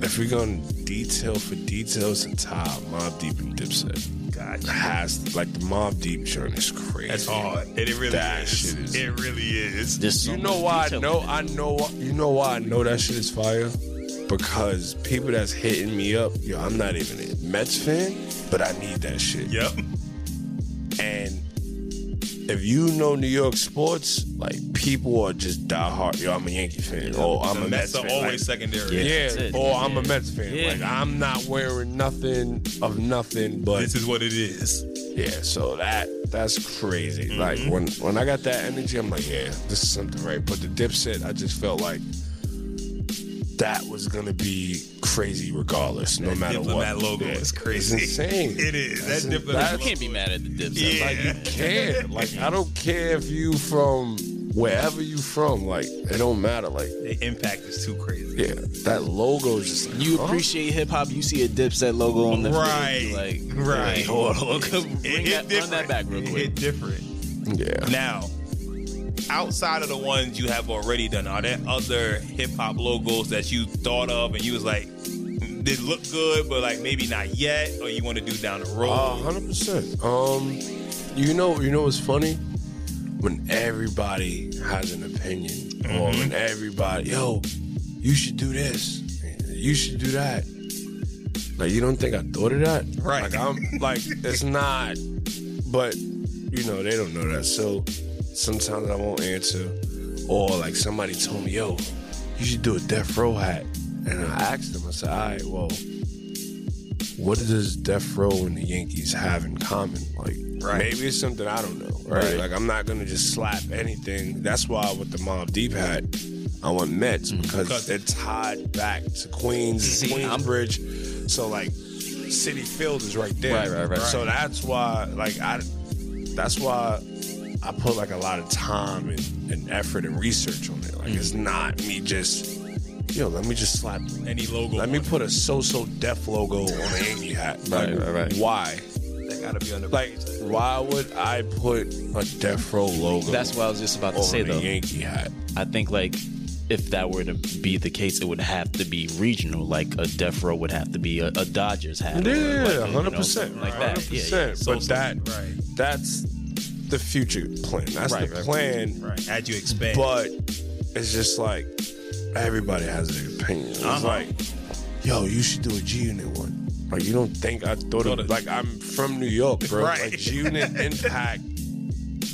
Speaker 3: if we're going detail for details, it's top Mob Deep and Dipset.
Speaker 1: Gotcha.
Speaker 3: Has like the Mob Deep joint is crazy.
Speaker 1: That's hard. And it really
Speaker 3: That
Speaker 1: is.
Speaker 3: shit is-
Speaker 1: It really is.
Speaker 2: There's so
Speaker 3: You know
Speaker 2: much
Speaker 3: why I
Speaker 2: detail
Speaker 3: know
Speaker 2: in it.
Speaker 3: I know why- you know why I know that shit is fire? Because people that's hitting me up, yo, I'm not even a Mets fan, but I need that shit.
Speaker 1: Yep.
Speaker 3: And if you know New York sports, like people are just diehard. Yo, I'm a Yankee fan. Or I'm
Speaker 1: the
Speaker 3: a
Speaker 1: Mets
Speaker 3: Mets
Speaker 1: are
Speaker 3: fan.
Speaker 1: always
Speaker 3: like,
Speaker 1: secondary.
Speaker 2: Yeah.
Speaker 3: yeah,
Speaker 2: That's it.
Speaker 3: or I'm a
Speaker 2: Yeah.
Speaker 3: Mets fan.
Speaker 2: Yeah.
Speaker 3: Like I'm not wearing nothing of nothing, but
Speaker 1: This is what it is.
Speaker 3: yeah, so that that's crazy.
Speaker 1: Mm-hmm.
Speaker 3: Like when when I got that energy, I'm like, yeah, this is something right. But the dipset, I just felt like that was gonna be crazy regardless, no matter
Speaker 1: Diplomat
Speaker 3: what.
Speaker 1: logo
Speaker 3: Yeah,
Speaker 1: is crazy.
Speaker 3: It's insane.
Speaker 1: It is.
Speaker 3: That's
Speaker 1: that
Speaker 3: in-
Speaker 1: diplomat.
Speaker 2: You
Speaker 1: logo-
Speaker 2: can't be mad at the dips.
Speaker 1: Yeah.
Speaker 2: Like,
Speaker 3: You care. Like I don't care if you from wherever you from. Like it don't matter. Like
Speaker 1: The impact is too crazy.
Speaker 3: yeah, that logo is just like,
Speaker 5: You
Speaker 3: huh?
Speaker 5: appreciate hip hop. You see a Dipset logo on the field,
Speaker 1: Right.
Speaker 5: Like
Speaker 1: Right.
Speaker 5: hey, Hold on.
Speaker 1: It
Speaker 5: Bring
Speaker 1: hit
Speaker 5: that, run that
Speaker 1: different.
Speaker 5: back real
Speaker 1: It
Speaker 5: quick.
Speaker 1: hit different.
Speaker 3: Yeah.
Speaker 1: Now, outside of the ones you have already done, are there other hip hop logos that you thought of and you was like, they look good, but like maybe not yet, or you want to do down the road?
Speaker 3: Uh, 100%. Um, you know, you know what's funny? When everybody has an opinion, or when everybody, yo, you should do this, you should do that. Like, you don't think I thought of that?
Speaker 1: Right.
Speaker 3: Like, I'm like, it's not, but you know, they don't know that. So sometimes I won't answer, or like somebody told me, yo, you should do a death row hat. And I asked them, I said, all right, well, what does Death Row and the Yankees have in common? Like,
Speaker 1: Right.
Speaker 3: maybe it's something I don't know. Right?
Speaker 5: Right.
Speaker 3: Like, I'm not gonna just slap anything. That's why with the Mob Deep hat, I want Mets because they're tied back to Queens,
Speaker 5: Mm. See, I'm-
Speaker 3: Queensbridge. So like, City Field is right there.
Speaker 5: Right, right, right.
Speaker 3: So that's why, like, I, that's why I put like a lot of time and, and effort and research on it.
Speaker 5: Mm.
Speaker 3: Like, it's not me just, yo, let me just slap
Speaker 1: Any logo?
Speaker 3: Um, let me put a so-so def logo on an Yankee hat. Like,
Speaker 5: right, right.
Speaker 3: Why?
Speaker 1: that gotta be on the
Speaker 3: Like, why would I put a Def Row logo
Speaker 5: That's what I was just about to
Speaker 3: on
Speaker 5: say
Speaker 3: a
Speaker 5: though.
Speaker 3: Yankee hat?
Speaker 2: I think like if that were to be the case, it would have to be regional. Like a Death Row would have to be a, a Dodgers hat. or, like, you know,
Speaker 3: Yeah, hundred percent,
Speaker 2: something like
Speaker 3: hundred
Speaker 2: that. Yeah, yeah.
Speaker 3: percent. But that,
Speaker 1: right.
Speaker 3: that's the future plan. That's
Speaker 5: Right,
Speaker 3: the
Speaker 5: right.
Speaker 3: plan.
Speaker 1: Right. Had you expand.
Speaker 3: But it's just like everybody has an opinion. It's
Speaker 1: Uh-huh.
Speaker 3: like, yo, you should do a G Unit one. Like you don't think I thought
Speaker 1: Thought
Speaker 3: of
Speaker 1: of-
Speaker 3: like I'm from New York, bro.
Speaker 1: Right.
Speaker 3: Like G Unit Impact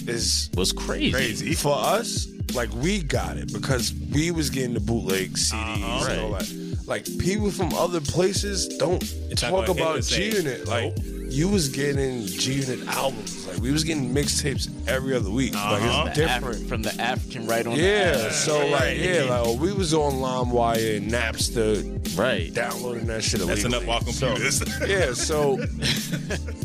Speaker 3: is
Speaker 2: was crazy.
Speaker 1: crazy.
Speaker 3: for us, like we got it because we was getting the bootleg CDs
Speaker 1: Uh-huh.
Speaker 3: and all that. Like people from other places don't
Speaker 1: not
Speaker 3: talk
Speaker 1: gonna hit
Speaker 3: about
Speaker 1: the
Speaker 3: G
Speaker 1: same.
Speaker 3: Unit. Like you was getting G Unit albums. Like we was getting mixtapes every other week.
Speaker 1: Uh-huh.
Speaker 3: Like it's
Speaker 5: The Af-
Speaker 3: different.
Speaker 5: from the African right on. The
Speaker 3: Yeah,
Speaker 5: Af-
Speaker 3: so like
Speaker 1: Right.
Speaker 3: yeah, like we was on LimeWire and Napster,
Speaker 2: Right.
Speaker 3: downloading that shit
Speaker 1: That's
Speaker 3: illegally.
Speaker 1: enough our computers.
Speaker 3: Yeah, so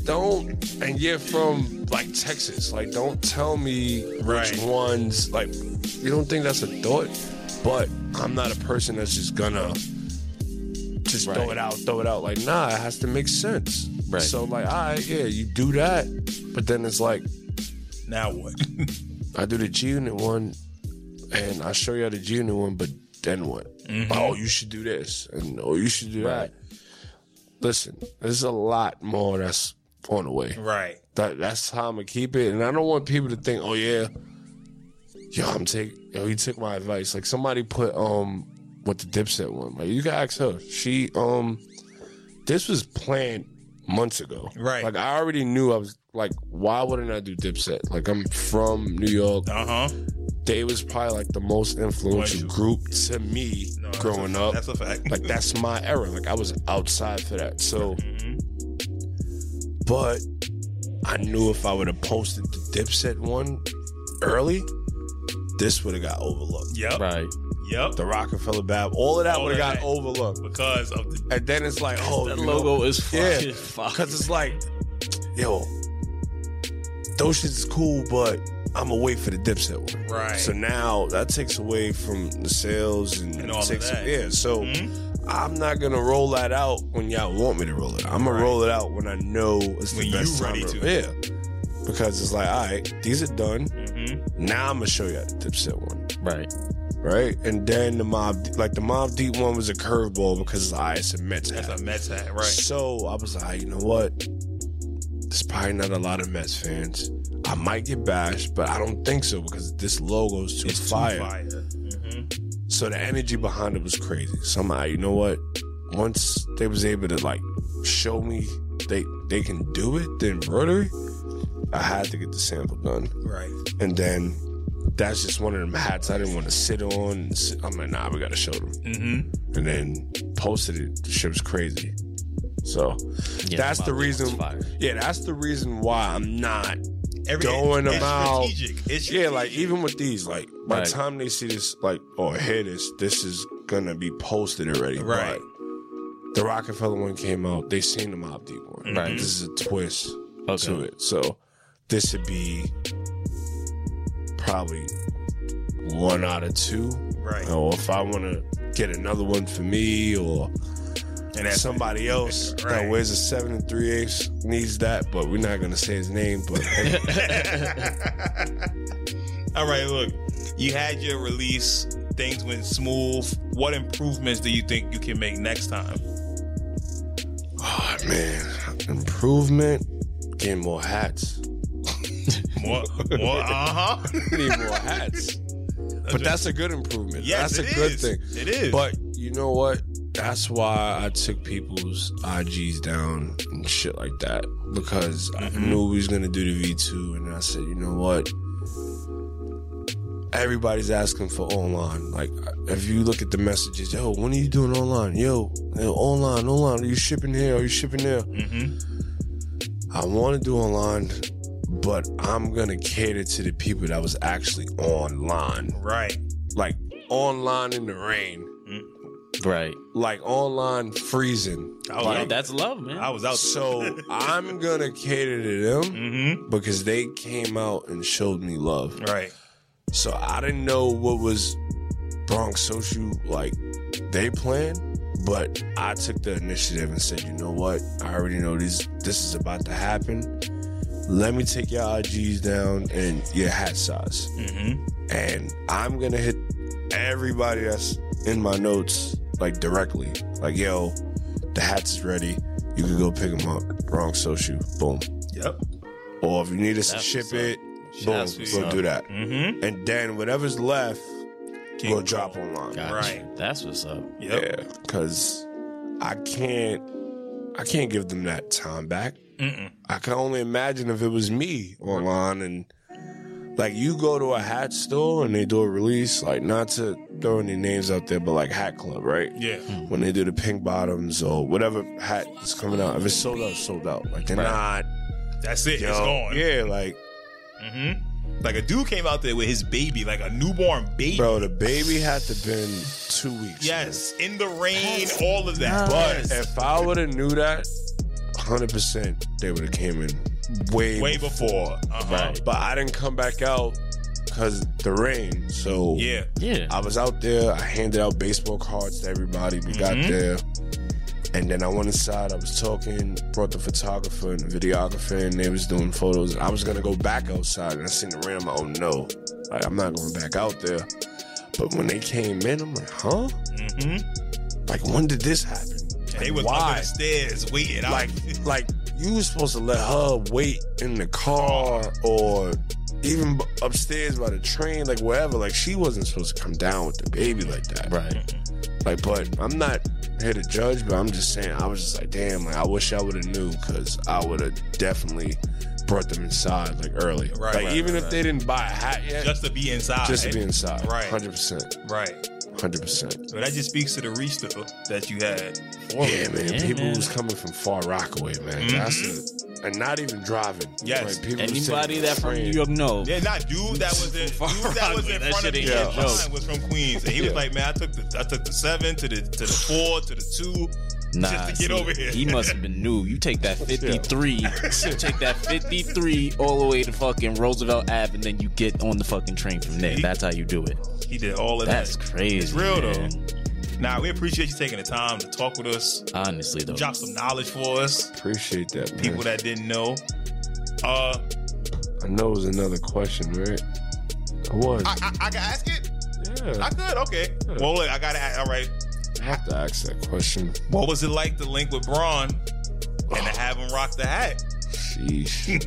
Speaker 3: don't and you're from like Texas. Like don't tell me
Speaker 1: Right.
Speaker 3: which ones like you don't think that's a thought, but I'm not a person that's just gonna just throw
Speaker 5: Right.
Speaker 3: it out, throw it out. Like, nah, it has to make sense.
Speaker 5: Right.
Speaker 3: So like, all right, yeah, you do that, but then it's like
Speaker 1: now what?
Speaker 3: I do the G unit one and I show you how the G unit one, but then what? Oh, you should do this. And oh you should do
Speaker 5: Right.
Speaker 3: that. Listen, there's a lot more that's on the way.
Speaker 1: right.
Speaker 3: That that's how I'm gonna keep it. And I don't want people to think, oh yeah, yo, I'm take yo, you took my advice. Like somebody put um what the dipset one. Like you can ask her. She um this was planned months ago.
Speaker 1: Right.
Speaker 3: Like I already knew I was like, why wouldn't I do dipset? Like I'm from New York.
Speaker 1: Uh huh.
Speaker 3: They was probably like the most influential
Speaker 1: Influential.
Speaker 3: group to me growing up
Speaker 1: That's a fact.
Speaker 3: like that's my era. Like I was outside for that. So, but I knew if I would have posted the Dipset one early, this would have got overlooked.
Speaker 1: yep.
Speaker 5: Right.
Speaker 1: Yep.
Speaker 3: The Rockefeller Bab, all of that
Speaker 1: All
Speaker 3: would have
Speaker 1: of
Speaker 3: got
Speaker 1: that.
Speaker 3: overlooked.
Speaker 1: Because of the
Speaker 3: And then it's like, oh,
Speaker 5: That
Speaker 3: you
Speaker 5: logo
Speaker 3: know,
Speaker 5: is
Speaker 3: Yeah.
Speaker 5: fucking fire.
Speaker 3: because it's like, yo, those shits is cool, but I'm gonna wait for the Dipset one.
Speaker 1: Right.
Speaker 3: So now that takes away from the sales and,
Speaker 1: And all of
Speaker 3: takes,
Speaker 1: that. Mm-hmm.
Speaker 3: yeah. So I'm not gonna roll that out when y'all want me to roll it. out. I'm gonna roll it out when I know it's
Speaker 1: When
Speaker 3: the
Speaker 1: you
Speaker 3: best time
Speaker 1: ready to.
Speaker 3: Yeah. Because it's like, all right, these are done.
Speaker 1: mm-hmm.
Speaker 3: Now I'm gonna show you how the Dipset one
Speaker 2: Right.
Speaker 3: right? And then the mob, like the mob deep one, was a curveball because it's, all right, it's a Mets
Speaker 1: that's
Speaker 3: hat.
Speaker 1: a Mets hat, right?
Speaker 3: So I was like, you know what? there's probably not a lot of Mets fans. I might get bashed, but I don't think so because this logo is too
Speaker 1: It's too
Speaker 3: fire.
Speaker 1: fire. Mm-hmm,
Speaker 3: So the energy behind it was crazy. Somehow, you know what? Once they was able to like show me they they can do it, the embroidery, I had to get the sample done.
Speaker 1: Right.
Speaker 3: And then that's just one of them hats I didn't want to sit on. and sit- I'm like, nah, we gotta show them.
Speaker 1: Mm-hmm.
Speaker 3: And then posted it. The shit was crazy. So
Speaker 2: Yeah,
Speaker 3: that's the
Speaker 2: Bobby was
Speaker 3: reason.
Speaker 2: fire.
Speaker 3: Yeah, that's the reason why I'm not
Speaker 1: Every,
Speaker 3: Going
Speaker 1: it's
Speaker 3: them out.
Speaker 1: strategic. It's strategic.
Speaker 3: yeah, like even with these, like by
Speaker 2: Right.
Speaker 3: the time they see this, like or hear this, this is gonna be posted already.
Speaker 1: Right.
Speaker 3: But the Rockefeller one came out. They seen the Mob Deep one.
Speaker 1: Mm-hmm.
Speaker 2: Right.
Speaker 3: This is a twist
Speaker 2: Okay.
Speaker 3: to it. So this would be probably one out of two.
Speaker 1: Right.
Speaker 3: Or if I want to get another one for me or
Speaker 1: And that's
Speaker 3: somebody else
Speaker 1: Right.
Speaker 3: that wears a seven and three eighths needs that, but we're not gonna say his name. But
Speaker 1: All right, look. You had your release. Things went smooth. What improvements do you think you can make next time?
Speaker 3: Oh man, improvement. Getting more hats.
Speaker 1: More, more, uh huh.
Speaker 3: Need more hats. But that's a good improvement.
Speaker 1: Yes,
Speaker 3: that's
Speaker 1: it
Speaker 3: a good
Speaker 1: is.
Speaker 3: thing.
Speaker 1: It is.
Speaker 3: But you know what? That's why I took people's IGs down and shit like that because I knew we was gonna do the V two, and I said, you know what? Everybody's asking for online. Like, if you look at the messages, yo, when are you doing online? Yo, yo, online, online. Are you shipping here? Are you shipping there?
Speaker 1: Mm-hmm.
Speaker 3: I want to do online, but I'm gonna cater to the people that was actually online,
Speaker 1: Right.
Speaker 3: like online in the rain,
Speaker 2: Right.
Speaker 3: like online freezing.
Speaker 1: Oh, I was
Speaker 2: Yeah,
Speaker 1: out.
Speaker 2: that's love, man.
Speaker 1: I was out.
Speaker 3: So I'm gonna cater to them
Speaker 1: Mm-hmm.
Speaker 3: because they came out and showed me love.
Speaker 1: Right.
Speaker 3: So I didn't know what was Bronx social like they planned, but I took the initiative and said, you know what? I already know this this is about to happen. Let me take your IGs down and your hat size.
Speaker 1: Mm-hmm.
Speaker 3: And I'm gonna hit everybody that's in my notes like directly. Like, yo, the hats is ready. You can go pick them up. Wrong social. Boom.
Speaker 1: Yep.
Speaker 3: Or if you need us to
Speaker 2: That's
Speaker 3: ship
Speaker 2: what's up.
Speaker 3: it, boom,
Speaker 2: That's what's
Speaker 3: go
Speaker 2: up.
Speaker 3: do that.
Speaker 1: Mm-hmm.
Speaker 3: And then whatever's left,
Speaker 1: King
Speaker 3: will drop
Speaker 1: Cole.
Speaker 3: online.
Speaker 2: Gotcha.
Speaker 1: Right.
Speaker 2: That's what's up.
Speaker 1: Yep.
Speaker 3: Yeah, because I can't, I can't give them that time back.
Speaker 1: Mm-mm.
Speaker 3: I can only imagine if it was me online and like you go to a hat store and they do a release, like not to throw any names out there, but like Hat Club, right?
Speaker 1: Yeah.
Speaker 3: When they do the pink bottoms or whatever hat is coming out, if it's sold out, it's sold out. Like they're not,
Speaker 1: That's it.
Speaker 3: yo,
Speaker 1: it's gone.
Speaker 3: yeah, like
Speaker 1: Mm-hmm. Like a dude came out there with his baby, like a newborn baby.
Speaker 3: bro, the baby had to been two weeks.
Speaker 1: Yes, in the rain, all of that.
Speaker 3: But
Speaker 1: Yes.
Speaker 3: if I would have knew that, hundred percent, they would have came in way,
Speaker 1: way before, uh-huh.
Speaker 2: Right.
Speaker 3: But I didn't come back out because the rain. So
Speaker 1: Yeah,
Speaker 2: Yeah.
Speaker 3: I was out there. I handed out baseball cards to everybody. We got
Speaker 1: Mhm.
Speaker 3: there, and then I went inside. I was talking. Brought the photographer and the videographer, and they was doing photos. I was gonna go back outside, and I seen the rain. I'm like, oh no, like I'm not going back out there. But when they came in, I'm like, huh?
Speaker 1: mm-hmm.
Speaker 3: Like when did this happen?
Speaker 1: and they was under the stairs waiting. I-
Speaker 3: like like you was supposed to let her wait in the car or even b- upstairs by the train like wherever like she wasn't supposed to come down with the baby like that
Speaker 2: right.
Speaker 3: like but i'm not here to judge but i'm just saying i was just like damn like i wish i would have knew because i would have definitely brought them inside like early
Speaker 1: Right,
Speaker 3: like
Speaker 1: right,
Speaker 3: even
Speaker 1: right,
Speaker 3: if they didn't buy a hat yet just,
Speaker 1: just to be inside.
Speaker 3: to be inside
Speaker 1: Right.
Speaker 3: 100%
Speaker 1: Right.
Speaker 3: 100%
Speaker 1: So that just speaks to the reach though, that you had.
Speaker 3: yeah man
Speaker 2: Yeah,
Speaker 3: people
Speaker 2: man.
Speaker 3: was coming from far rockaway man that's a, and not even driving
Speaker 1: Yes.
Speaker 3: like, people was
Speaker 2: Anybody
Speaker 3: taking
Speaker 2: that from
Speaker 3: train.
Speaker 2: New York know.
Speaker 1: Yeah, nah, dude that was in, dude that was in
Speaker 2: That
Speaker 1: front of
Speaker 2: shit
Speaker 1: me
Speaker 2: ain't
Speaker 1: at the
Speaker 2: no joke.
Speaker 1: time was from Queens, and he was
Speaker 3: Yeah.
Speaker 1: like, "Man, I took the I took the seven to the to the four to the two.
Speaker 2: Nah,
Speaker 1: just to get over here.
Speaker 2: He must have been new. You take that 53, you take that 53 all the way to fucking Roosevelt Ave, and then you get on the fucking train from there. That's how you do it.
Speaker 1: He did all of
Speaker 2: That's
Speaker 1: that.
Speaker 2: crazy.
Speaker 1: It's real
Speaker 2: man.
Speaker 1: though. Nah, we appreciate you taking the time to talk with us,
Speaker 2: Honestly though,
Speaker 1: drop some knowledge for us,
Speaker 3: Appreciate that, man.
Speaker 1: people that didn't know. Uh,
Speaker 3: I know it was another question, right? I was.
Speaker 1: I, I, I can ask it.
Speaker 3: yeah,
Speaker 1: I could. Okay.
Speaker 3: Yeah.
Speaker 1: Well, look, I gotta. ask- All right.
Speaker 3: I have to ask that question. Oh.
Speaker 1: What was it like to link with Braun and to have him rock the hat?
Speaker 3: Sheesh.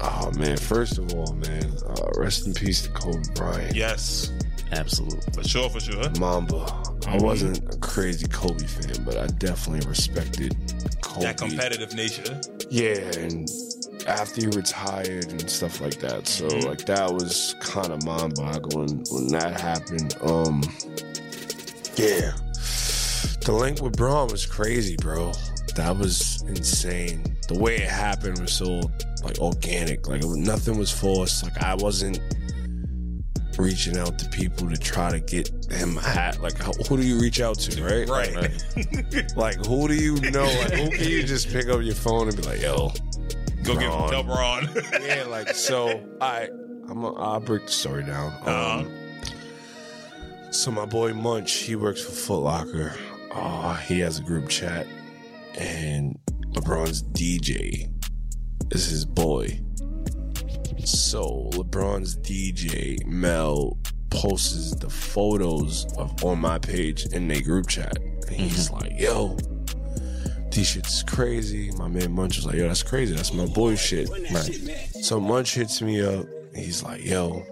Speaker 3: oh man, first of all, man, uh, rest in peace to Kobe Bryant.
Speaker 1: Yes,
Speaker 2: Absolutely.
Speaker 1: for sure, for sure.
Speaker 3: Mamba. I wasn't a crazy Kobe fan, but I definitely respected Kobe.
Speaker 1: That competitive nature.
Speaker 3: Yeah, and after he retired and stuff like that. So
Speaker 1: Mhm.
Speaker 3: like that was kind of mind boggling when that happened. Um, yeah, the link with Braun was crazy, bro. That was insane. The way it happened was so like organic. Like it was, nothing was forced. Like I wasn't reaching out to people to try to get him a hat. Like how, who do you reach out to, right?
Speaker 1: Right.
Speaker 3: Like, like, who do you know? Like, who can you just pick up your phone and be like, yo?
Speaker 1: Go get
Speaker 3: Braun.
Speaker 1: tell Braun.
Speaker 3: Yeah, like, so I, I'm a, I'll break the story down. Um,
Speaker 1: Uh-huh.
Speaker 3: So my boy Munch, he works for Foot Locker. Uh, he has a group chat, and LeBron's DJ is his boy. So LeBron's DJ Mel posts the photos of on my page in their group chat. And he's like, yo, this shit's crazy. My man Munch was like, yo, that's crazy. That's my boy shit. So Munch hits me up. He's like, yo,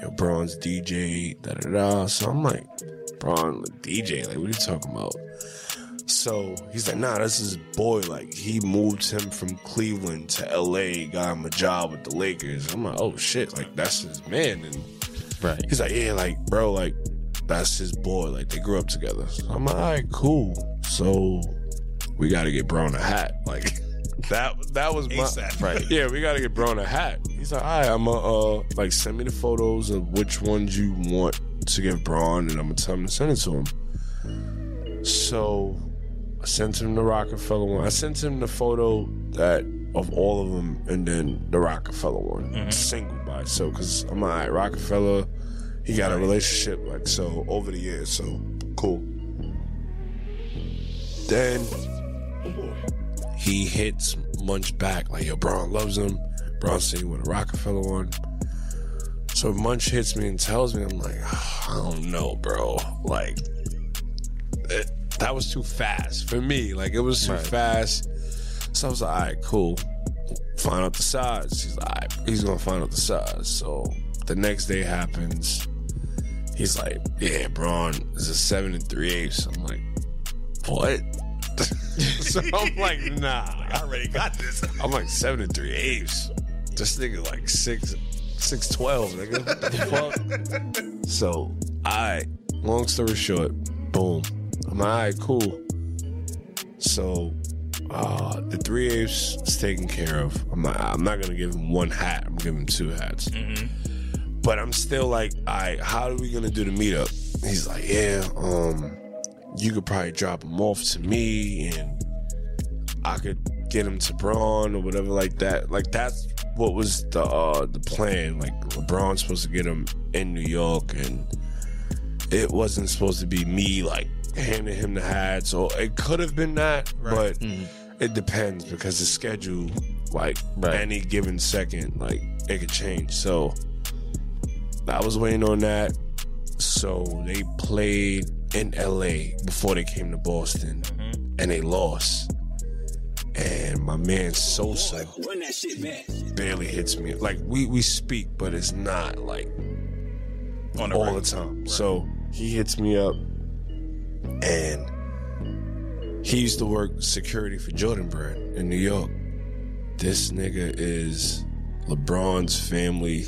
Speaker 3: yo, Braun's DJ, da da da. So I'm like, Braun, DJ, like, what are you talking about? So he's like, nah, that's his boy. Like, he moved him from Cleveland to LA, got him a job with the Lakers. I'm like, oh shit, like, that's his man. And
Speaker 2: Right.
Speaker 3: He's like, yeah, like, bro, like, that's his boy. Like, they grew up together. So I'm like, all right, cool. So we got to get Brown a hat. Like, that that was my
Speaker 1: ASAP.
Speaker 3: right. Yeah, we got to get Brown a hat. He's like, all right, I'm gonna uh, like send me the photos of which ones you want to give Braun, and I'm gonna tell him to send it to him. So I sent him the Rockefeller one. I sent him the photo that of all of them, and then the Rockefeller one, single by itself. Because I'm like, all right, Rockefeller, he got a relationship like so over the years, so cool. Then he hits Munch back like, yo, Braun loves him. Braun said he want a Rockefeller one. So Munch hits me and tells me, I'm like, "Ah, I don't know, bro. Like, it- that was too fast for me. Like it was too fast. So I was like, all right, cool. Find out the size. He's like, all right, he's gonna find out the size. So the next day happens. He's like, yeah, Braun is a seven and three eighths. I'm like, what? so I'm like, nah.
Speaker 1: I already got this.
Speaker 3: I'm like seven and three eighths. This nigga like six six twelve, nigga. What the fuck? So I long story short, boom. I'm like, alright, cool. So uh the three eighths is taken care of. I'm not I'm not gonna give him one hat, I'm giving him two hats. But I'm still like, alright, how are we gonna do the meetup? He's like, Yeah, um, you could probably drop him off to me and I could get him to Braun or whatever like that. Like that's what was the uh the plan. Like LeBron's supposed to get him in New York and it wasn't supposed to be me like handing him the hats or it could have been that, but it depends because the schedule like
Speaker 2: Right.
Speaker 3: any given second, like it could change. So I was waiting on that. So they played in LA before they came to Boston and they lost. And my man Sosa barely hits me. Like we we speak, but it's not like
Speaker 1: On
Speaker 3: all
Speaker 1: record.
Speaker 3: the time. So he hits me up, and he used to work security for Jordan Brand in New York. This nigga is LeBron's family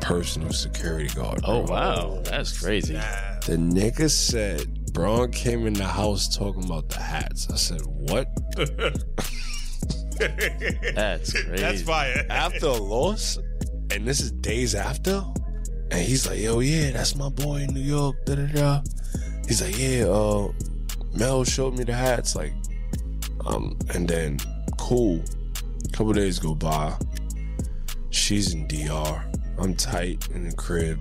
Speaker 3: personal security guard.
Speaker 2: Oh
Speaker 3: bro.
Speaker 2: wow, that's crazy.
Speaker 1: Nah.
Speaker 3: The nigga said Braun came in the house talking about the hats. I said, "What?"
Speaker 2: That's crazy.
Speaker 1: That's fire.
Speaker 3: after a loss, and this is days after, and he's like, "Yo, yeah, that's my boy in New York." Da da da. He's like, "Yeah, uh, Mel showed me the hats." Like, um, and then cool. Couple days go by. She's in DR. I'm tight in the crib,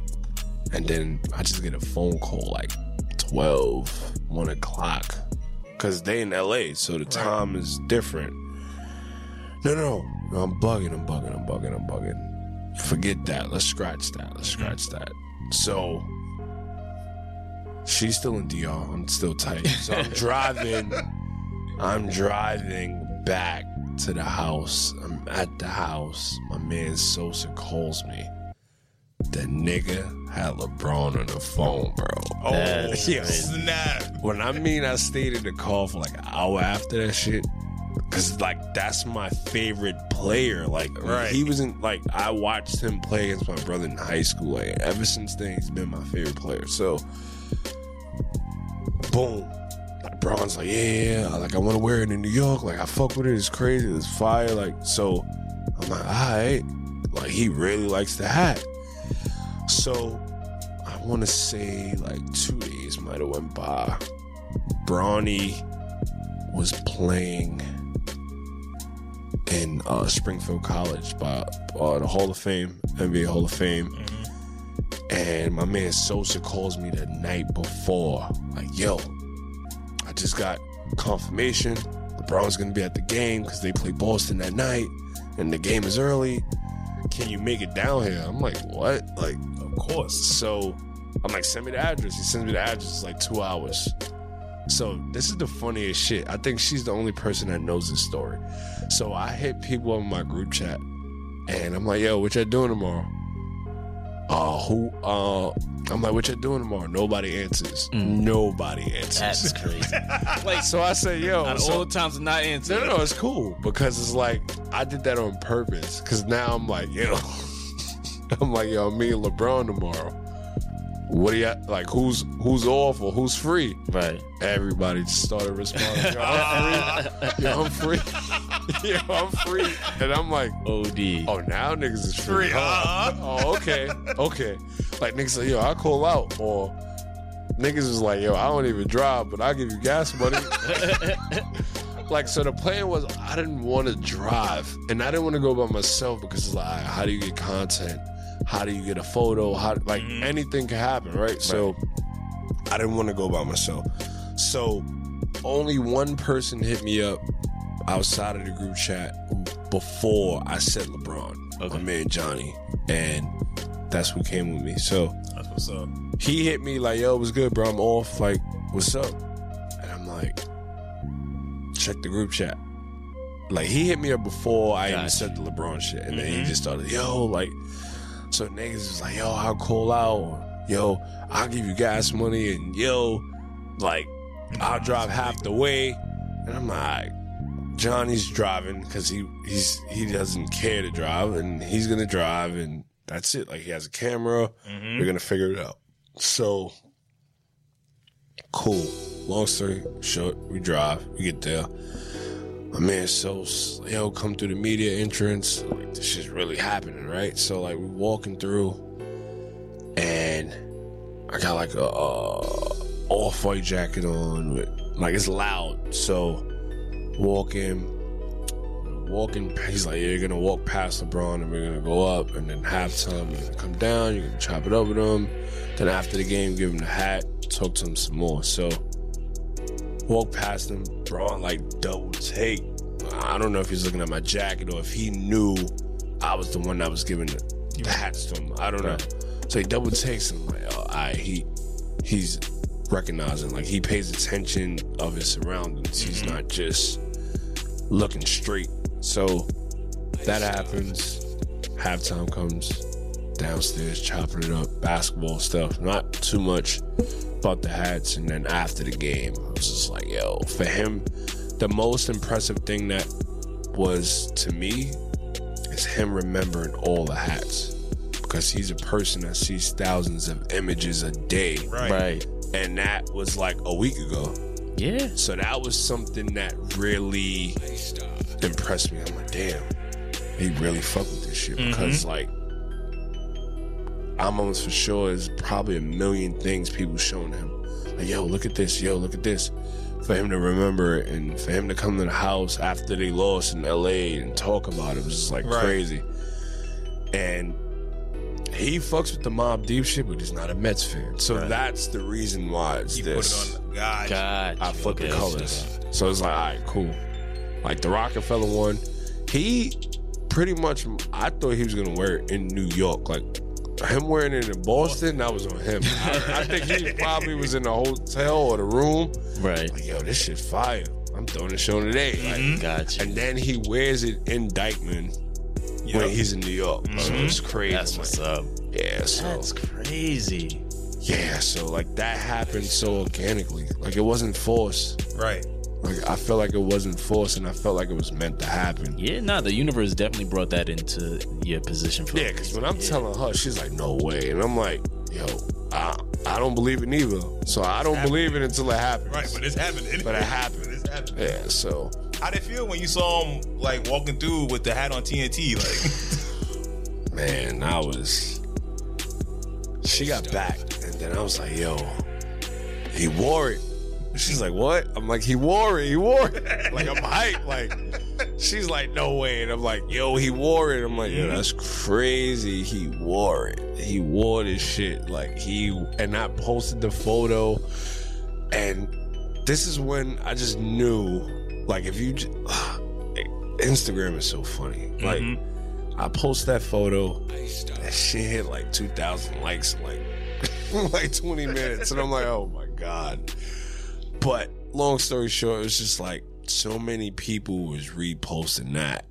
Speaker 3: and then I just get a phone call like 12, 1 o'clock, cause they in LA, so the time is different. No, no, no. I'm bugging, I'm bugging, I'm bugging, I'm bugging. Forget that. Let's scratch that. Let's scratch that. So she's still in DR. I'm still tight. So I'm driving. I'm driving back get to the house, I'm at the house. My man Sosa calls me. The nigga had LeBron on the phone, bro.
Speaker 1: Oh,
Speaker 2: That's
Speaker 1: yeah.
Speaker 2: crazy.
Speaker 1: snap.
Speaker 3: When I mean I stayed in the call for like an hour after that shit, cause like that's my favorite player. Like
Speaker 1: Right.
Speaker 3: he was in like I watched him play against my brother in high school. Like ever since then, he's been my favorite player. So, boom. Like Braun's like, yeah, yeah, yeah. like I want to wear it in New York. Like I fuck with it. It's crazy. It's fire. Like so, I'm like, all right. Like he really likes the hat. So I want to say like two days might have went by. Brawny was playing in uh, Springfield College by uh, the Hall of Fame, NBA Hall of Fame. And my man Sosa calls me the night before, like, yo, I just got confirmation. LeBron's gonna be at the game because they play Boston that night, and the game is early. Can you make it down here? I'm like, what? Like,
Speaker 1: Of course.
Speaker 3: so I'm like, send me the address. He sends me the address. It's like two hours. So this is the funniest shit. I think she's the only person that knows this story. So I hit people in my group chat and I'm like, yo, what y'all doing tomorrow? Uh who uh I'm like, what y'all doing tomorrow? Nobody answers. Nobody answers.
Speaker 2: That's crazy.
Speaker 3: so I say, yo,
Speaker 5: Out of
Speaker 3: so-
Speaker 5: all the times, I'm not
Speaker 3: no,
Speaker 5: answering.
Speaker 3: no, no, it's cool because it's like I did that on purpose. Because now I'm like, yo, I'm like, yo, me and LeBron tomorrow. What do you like? Who's who's off or who's free?
Speaker 2: right.
Speaker 3: Everybody just started responding. Yo, I'm free. Yo, I'm free. yo, I'm free. And I'm like,
Speaker 2: OD.
Speaker 3: oh, now niggas is free.
Speaker 1: Free,
Speaker 3: huh?
Speaker 1: uh-huh.
Speaker 3: Oh, okay, okay. Like niggas like, yo, I call out or. Niggas was like, yo, I don't even drive, but I'll give you gas money. like so the plan was I didn't want to drive and I didn't want to go by myself because it's like alright, how do you get content? How do you get a photo? How like anything can happen, right? So I didn't want to go by myself. So only one person hit me up outside of the group chat before I said LeBron,
Speaker 2: Okay.
Speaker 3: my man Johnny, and that's who came with me. So
Speaker 1: That's what's up.
Speaker 3: he hit me like, yo, what's good, bro? I'm off. Like, what's up? And I'm like, check the group chat. Like, he hit me up before I even
Speaker 2: Gotcha.
Speaker 3: said the LeBron shit. And then he just started, yo, like, so niggas was like, yo, I'll call out. Or, yo, I'll give you gas money. And yo, like, I'll drive half the way. And I'm like, "All right." Johnny's driving because he he's he doesn't care to drive, and he's gonna drive, and that's it. Like he has a camera, we're gonna figure it out. So cool. Long story short, we drive, we get there. My man, so yo, come through the media entrance. Like this shit's really happening, right? So like we're walking through, and I got like a uh, off white jacket on. With, like it's loud, so walking, walking. He's like, yeah, you're gonna walk past LeBron, and we're gonna go up, and then halftime, you're gonna come down, you're gonna chop it up with him. Then after the game, give him the hat, talk to him some more. So walk past him, LeBron like double take. I don't know if he's looking at my jacket or if he knew I was the one that was giving the, the hats to him. I don't know. So he double takes him. Like, oh, all right, he he's recognizing like he pays attention of his surroundings he's not just looking straight so that happens halftime comes downstairs chopping it up basketball stuff not too much about the hats and then after the game i was just like yo for him the most impressive thing that was to me is him remembering all the hats because he's a person that sees thousands of images a day
Speaker 1: Right.
Speaker 2: Right.
Speaker 3: and that was like a week ago.
Speaker 2: Yeah.
Speaker 3: So that was something that really impressed me. I'm like, damn, he really fucked with this
Speaker 1: Mm-hmm.
Speaker 3: shit because like I'm almost for sure there's probably a million things people showing him. Like, yo, look at this, yo, look at this. For him to remember it and for him to come to the house after they lost in LA and talk about it was just like
Speaker 1: Right.
Speaker 3: crazy. And he fucks with the mob deep shit, but he's not a Mets fan. So that's the reason why it's
Speaker 1: You
Speaker 3: this.
Speaker 1: put it on. God.
Speaker 2: God.
Speaker 3: I flip
Speaker 2: Okay,
Speaker 3: the
Speaker 2: I see
Speaker 3: colors.
Speaker 2: that.
Speaker 3: So it's like, all right, cool. Like the Rockefeller one, he pretty much, I thought he was going to wear it in New York. Like him wearing it in Boston, that was on him. I, I think he probably was in the hotel or the room.
Speaker 2: Right.
Speaker 3: Like, yo, this shit fire. I'm throwing this shit on today. Like,
Speaker 2: Gotcha.
Speaker 3: and then he wears it in Dykeman when
Speaker 1: Yep.
Speaker 3: he's in New York. So it's crazy.
Speaker 2: That's
Speaker 3: I'm
Speaker 2: what's
Speaker 3: like,
Speaker 2: up.
Speaker 3: yeah, so
Speaker 2: That's crazy.
Speaker 3: yeah, so like that happened so organically. Like it wasn't forced.
Speaker 1: Right.
Speaker 3: Like I felt like it wasn't forced, and I felt like it was meant to happen.
Speaker 2: Yeah, nah, the universe definitely brought that into your position for
Speaker 3: Yeah, because when I'm telling her, she's like, "No way," and I'm like, "Yo, I, I don't believe it neither." So I don't believe it until it happens.
Speaker 1: Right, but it's happening.
Speaker 3: But it happened.
Speaker 1: It's happening.
Speaker 3: yeah, so
Speaker 1: How did it feel when you saw him like walking through with the hat on TNT? Like,
Speaker 3: man, I was. She got back, and then I was like, "Yo, he wore it." She's like, "What?" I'm like, "He wore it. He wore it." Like I'm hyped. Like she's like, "No way," and I'm like, "Yo, he wore it." I'm like, "Yo, that's crazy. He wore it. He wore this shit. Like he." And I posted the photo, and this is when I just knew, like, if you. j Instagram is so funny. Like, I post that photo. That shit hit like 2,000 likes in like, like 20 minutes. And I'm like, oh my God. But long story short, it was just like so many people was reposting that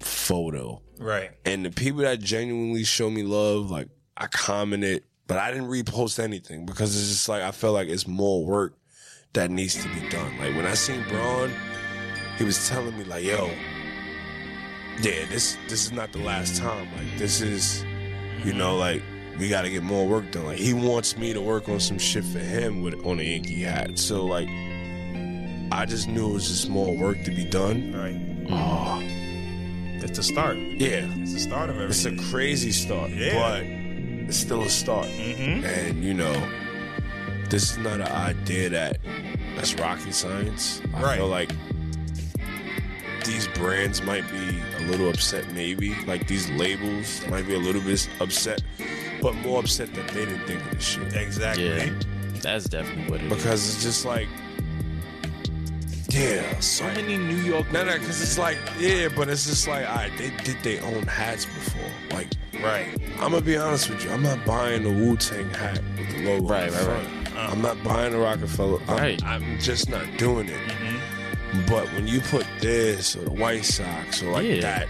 Speaker 3: photo.
Speaker 1: right.
Speaker 3: And the people that genuinely show me love, like I commented, but I didn't repost anything because it's just like I felt like it's more work that needs to be done. Like when I seen Braun, he was telling me like, "Yo, yeah, this this is not the last time. Like this is, you know, like we got to get more work done. Like he wants me to work on some shit for him with on the Yankee hat. So like, I just knew it was just more work to be done.
Speaker 1: Right.
Speaker 3: Oh,
Speaker 1: It's the start.
Speaker 3: yeah.
Speaker 1: It's the start of
Speaker 3: It's a
Speaker 1: everything.
Speaker 3: crazy start,
Speaker 1: Yeah.
Speaker 3: but it's still a start.
Speaker 1: mm-hmm.
Speaker 3: And you know, this is not an idea that that's rocket science. I
Speaker 1: Right.
Speaker 3: feel like these brands might be a little upset, maybe. Like these labels might be a little bit upset, but more upset that they didn't think of this shit.
Speaker 1: Exactly.
Speaker 2: Yeah, that's definitely what it is.
Speaker 3: Because it's just like, yeah, so
Speaker 5: How many New York?
Speaker 3: No, no, because it's like, yeah, but it's just like, all right, they did their own hats before. Like,
Speaker 1: Right.
Speaker 3: I'm gonna be honest with you. I'm not buying the Wu Tang hat with the logo.
Speaker 2: Right,
Speaker 3: on the
Speaker 2: right,
Speaker 3: front. I'm not buying the Rockefeller. I'm,
Speaker 2: Right. Mm-hmm.
Speaker 3: I'm just not doing it. But when you put this or the White Sox or like
Speaker 2: Yeah.
Speaker 3: that,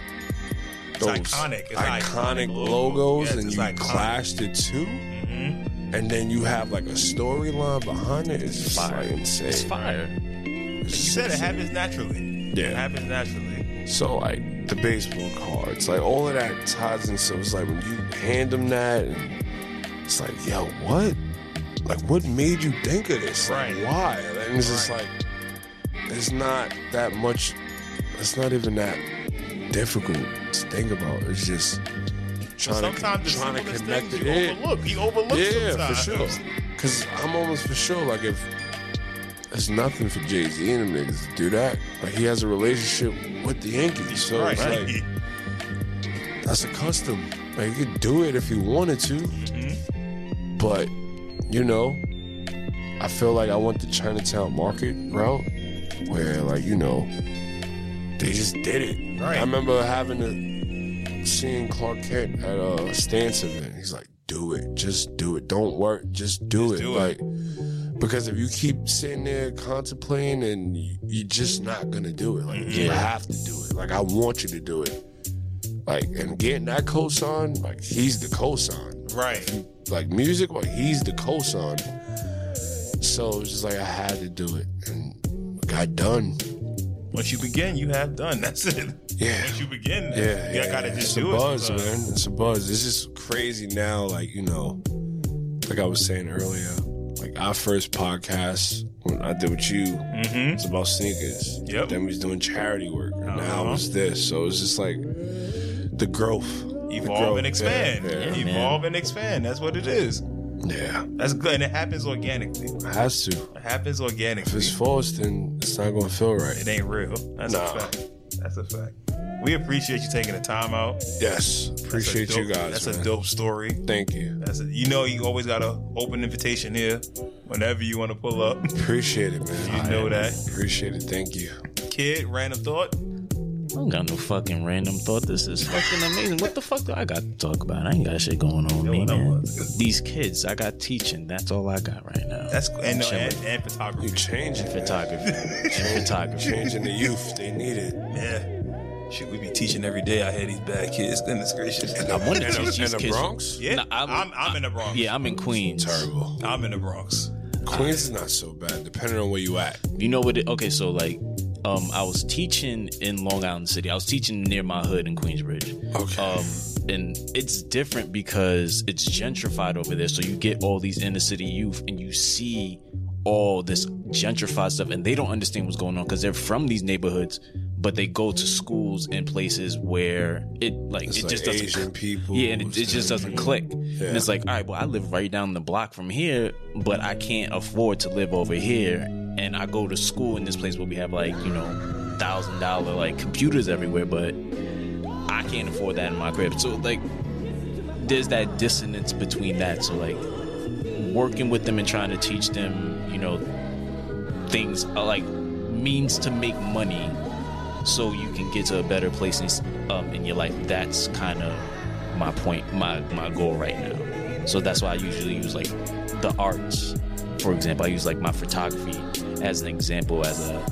Speaker 1: It's iconic. It's
Speaker 3: iconic,
Speaker 1: iconic logo.
Speaker 3: logos,
Speaker 1: Yes,
Speaker 3: and
Speaker 1: it's
Speaker 3: you
Speaker 1: iconic.
Speaker 3: clashed it too,
Speaker 1: Mm-hmm.
Speaker 3: and then you have like a storyline behind it. It's just
Speaker 2: Fire.
Speaker 3: like insane.
Speaker 2: it's fire.
Speaker 1: You said it happens naturally. It
Speaker 3: Yeah.
Speaker 1: happens naturally.
Speaker 3: So like the baseball cards, like all of that ties in. So it's like when you hand them that, and it's like, yo, what? Like, what made you think of this? Like,
Speaker 1: Right.
Speaker 3: Why? And it's just like, it's not that much. It's not even that difficult to think about. It's just trying
Speaker 1: Sometimes the
Speaker 3: to trying to
Speaker 1: simplest
Speaker 3: connect
Speaker 1: things
Speaker 3: the
Speaker 1: you overlook. He overlooks
Speaker 3: yeah, for
Speaker 1: sometimes.
Speaker 3: sure. Because I'm almost for sure, like, if there's nothing for Jay Z and them niggas to do that, like, he has a relationship with the Yankees. So
Speaker 1: Right.
Speaker 3: it's like, that's a custom. Like, he could do it if he wanted to.
Speaker 1: Mm-hmm.
Speaker 3: But, you know, I feel like I want the Chinatown market route where, like, you know, they just did it.
Speaker 1: Right.
Speaker 3: I remember having to seeing Clark Kent at a stance event. He's like, "Do it, just do it. Don't work, just do
Speaker 1: Just
Speaker 3: it."
Speaker 1: do it.
Speaker 3: like, because if you keep sitting there contemplating, and you, you're just not gonna do it. Like, you
Speaker 2: Yeah.
Speaker 3: have to do it. Like, I want you to do it. Like, and getting that cosign, like, he's the cosign
Speaker 1: Right.
Speaker 3: like music, like he's the cosign. So it's just like I had to do it and got done.
Speaker 1: Once you begin, you have done. That's it.
Speaker 3: Yeah.
Speaker 1: Once you begin,
Speaker 3: Yeah,
Speaker 1: you
Speaker 3: yeah,
Speaker 1: gotta
Speaker 3: yeah.
Speaker 1: just
Speaker 3: it's
Speaker 1: do
Speaker 3: a
Speaker 1: it.
Speaker 3: buzz,
Speaker 1: sometimes.
Speaker 3: man. It's a buzz. It's just crazy now, like you know, like I was saying earlier, like our first podcast when I did with you, it's about sneakers.
Speaker 1: Mm-hmm. Yep. Uh-huh.
Speaker 3: Then we was doing charity work. and Now it's this, so it's just like the growth, The
Speaker 1: Evolve
Speaker 3: growth.
Speaker 1: and expand.
Speaker 3: Yeah, yeah.
Speaker 2: man.
Speaker 1: Evolve and expand. That's what it is.
Speaker 3: yeah.
Speaker 1: That's good. And it happens organically.
Speaker 3: It has to.
Speaker 1: It happens
Speaker 3: If
Speaker 1: organically.
Speaker 3: it's forced, then it's not gonna feel right.
Speaker 1: It ain't real. That's
Speaker 3: Nah.
Speaker 1: a fact. That's a fact. We appreciate you taking the time out. That's
Speaker 3: Yes,
Speaker 1: a
Speaker 3: appreciate you
Speaker 1: dope-
Speaker 3: guys.
Speaker 1: That's a
Speaker 3: man.
Speaker 1: dope story.
Speaker 3: Thank you.
Speaker 1: That's a, you know you always got a open invitation here whenever you want to pull up.
Speaker 3: Appreciate it, man.
Speaker 1: You know that.
Speaker 3: Appreciate it. Thank you.
Speaker 1: Kid, random thought.
Speaker 2: I don't got no fucking random thought. This is fucking amazing. What the fuck do I got to talk about? I ain't got shit going on with me, man. These kids, I got teaching. That's all I got right now.
Speaker 1: That's and, no, and, and
Speaker 3: You
Speaker 1: photography.
Speaker 3: changing
Speaker 2: and
Speaker 3: it.
Speaker 2: photography. and photography.
Speaker 3: Changing the youth. They need it.
Speaker 1: Yeah. Shit, we be teaching every day. I had these bad kids. Goodness gracious.
Speaker 2: I want
Speaker 3: In
Speaker 2: to
Speaker 3: the,
Speaker 2: teach
Speaker 3: in
Speaker 2: these
Speaker 3: the
Speaker 2: kids.
Speaker 3: Bronx?
Speaker 1: Yeah,
Speaker 2: Nah,
Speaker 1: I'm,
Speaker 2: I'm-
Speaker 1: I'm, in the Bronx.
Speaker 2: Yeah, I'm in Queens.
Speaker 3: Terrible.
Speaker 1: I'm in the Bronx.
Speaker 3: Queens is not so bad, depending on where you at.
Speaker 2: You know what? It, okay, so like, um, I was teaching in Long Island City. I was teaching near my hood in Queensbridge.
Speaker 3: Okay.
Speaker 2: Um, and it's different because it's gentrified over there. So you get all these inner city youth, and you see all this gentrified stuff, and they don't understand what's going on because they're from these neighborhoods, but they go to schools and places where it like
Speaker 3: It's
Speaker 2: it
Speaker 3: like
Speaker 2: just doesn't
Speaker 3: Asian people.
Speaker 2: yeah, and it, it just doesn't click. And it's like, all right, well, I live right down the block from here, but I can't afford to live over here. And I go to school in this place where we have like, you know, thousand dollar like computers everywhere, but I can't afford that in my crib. So like there's that dissonance between that. So like working with them and trying to teach them, you know, things uh, like means to make money so you can get to a better place in, um, in your life. That's kind of my point, my my goal right now. So that's why I usually use like the arts, for example. I use like my photography as an example as a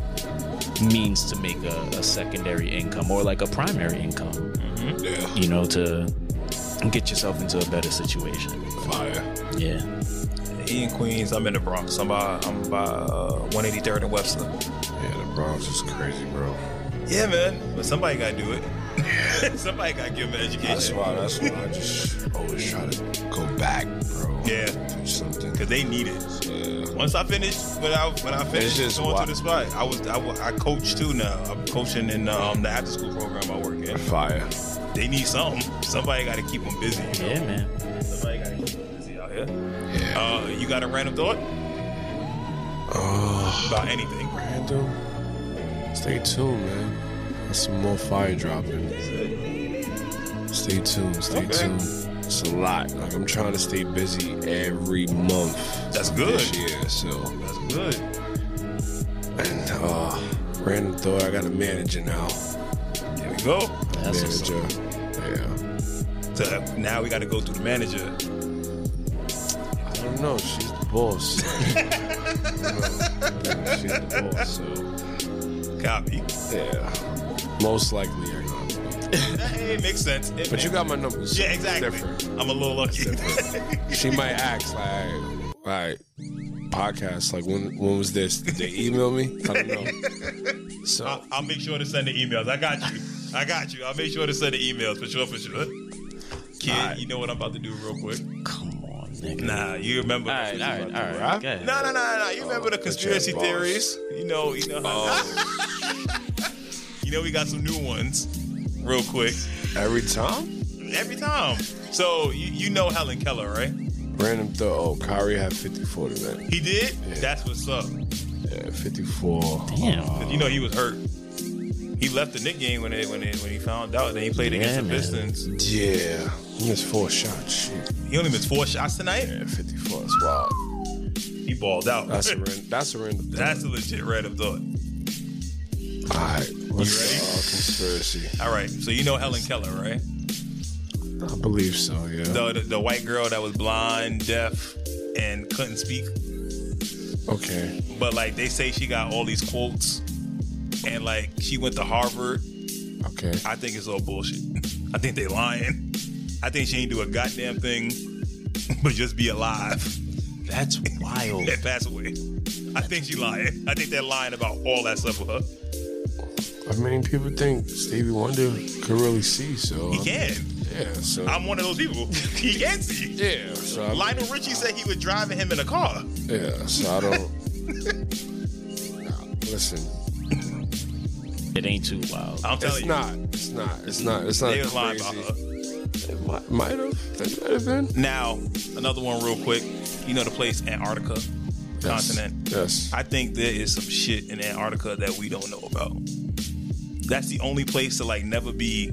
Speaker 2: means to make a, a secondary income or like a primary income,
Speaker 3: Yeah.
Speaker 2: you know, to get yourself into a better situation.
Speaker 3: Fire.
Speaker 2: Yeah.
Speaker 1: He in Queens. I'm in the Bronx. I'm by I'm by uh, 183rd and Webster.
Speaker 3: Yeah, the Bronx is crazy, bro.
Speaker 1: Yeah, man. But somebody gotta do it. somebody gotta give him an education.
Speaker 3: That's why. That's why I just always try to go back, bro.
Speaker 1: Yeah.
Speaker 3: Do something.
Speaker 1: Cause they need it.
Speaker 3: Yeah.
Speaker 1: Once I finished, when I when I finished
Speaker 3: just
Speaker 1: going
Speaker 3: wild.
Speaker 1: to the spot, I was I, wa- I coach too now. I'm coaching in um, the after school program I work in.
Speaker 3: Fire.
Speaker 1: They need something. Somebody gotta keep them busy. You know?
Speaker 2: Yeah, man.
Speaker 1: Somebody gotta keep them busy out here.
Speaker 3: Yeah.
Speaker 1: Uh, you got a random thought
Speaker 3: Oh,
Speaker 1: about anything?
Speaker 3: random. Stay tuned, man. There's some more fire dropping. Stay tuned. Stay
Speaker 1: Okay.
Speaker 3: tuned. It's a lot. Like I'm trying to stay busy every month.
Speaker 1: That's
Speaker 3: of
Speaker 1: good.
Speaker 3: This year, so
Speaker 1: That's good.
Speaker 3: and uh, random thought. I got a manager now.
Speaker 1: There we go.
Speaker 2: That's what's up.
Speaker 3: manager. Yeah.
Speaker 1: So now we got to go through the manager.
Speaker 3: I don't know. She's the boss. I don't know. She's the boss. So.
Speaker 1: Copy.
Speaker 3: Yeah. Most likely you're not.
Speaker 1: It makes sense. It
Speaker 3: But
Speaker 1: makes-
Speaker 3: you got my number. so
Speaker 1: yeah,
Speaker 3: it's
Speaker 1: exactly.
Speaker 3: Different.
Speaker 1: I'm a little lucky.
Speaker 3: She might ask like, all right, podcast. Like when when was this? Did they email me? I don't know. So
Speaker 1: I'll, I'll make sure to send the emails. I got you. I got you. I'll make sure to send the emails for sure. For sure. Kid, you know what I'm about to do real quick.
Speaker 2: Come on, nigga.
Speaker 1: Nah, you remember?
Speaker 2: All right, all right, all right.
Speaker 3: Right?
Speaker 2: Go ahead.
Speaker 1: No, no, no, no. You remember the conspiracy
Speaker 3: boss.
Speaker 1: theories? You know, you know. how- Oh. you know, we got some new ones, real quick.
Speaker 3: every time,
Speaker 1: Every time. So you, you know Helen Keller, right?
Speaker 3: random thought. Oh, Kyrie had 54 today.
Speaker 1: He did. That's what's up.
Speaker 3: Yeah, 54.
Speaker 2: Damn.
Speaker 1: You know he was hurt. He left the Nick game when they, when they, when he found out. Then he played against
Speaker 2: Yeah,
Speaker 1: the
Speaker 2: man.
Speaker 1: Pistons.
Speaker 3: Yeah, he missed four shots. Shit.
Speaker 1: He only missed four shots tonight.
Speaker 3: Yeah, 54. That's wild.
Speaker 1: He balled out.
Speaker 3: That's a ran- that's a random. Thought.
Speaker 1: That's a legit random thought.
Speaker 3: All right, what's
Speaker 1: ready?
Speaker 3: the uh, conspiracy?
Speaker 1: All right, so you know Helen Keller, right?
Speaker 3: I believe so. Yeah.
Speaker 1: The, the the white girl that was blind, deaf, and couldn't speak.
Speaker 3: Okay.
Speaker 1: But like they say, she got all these quotes, and like she went to Harvard.
Speaker 3: Okay.
Speaker 1: I think it's all bullshit. I think they lying. I think she ain't do a goddamn thing, but just be alive
Speaker 2: That's wild.
Speaker 1: and pass away. I think she lying. I think they're lying about all that stuff with her.
Speaker 3: I mean, people think Stevie Wonder could really see, so
Speaker 1: He
Speaker 3: I'm-
Speaker 1: can.
Speaker 3: Yeah, so
Speaker 1: I'm one of those people. He can see.
Speaker 3: yeah, so I'm-
Speaker 1: Lionel Richie said he was driving him in a car.
Speaker 3: yeah, so I don't. Nah, Listen,
Speaker 2: It ain't too wild.
Speaker 1: I'm telling
Speaker 3: it's
Speaker 1: you,
Speaker 3: not, it's not, it's not, it's not
Speaker 1: they was lying about
Speaker 3: crazy.
Speaker 1: her.
Speaker 3: It mi- Might have, that might have been
Speaker 1: Now, another one real quick. You know the place Antarctica continent.
Speaker 3: Yes, yes.
Speaker 1: I think there is some shit in Antarctica that we don't know about. That's the only place to like never be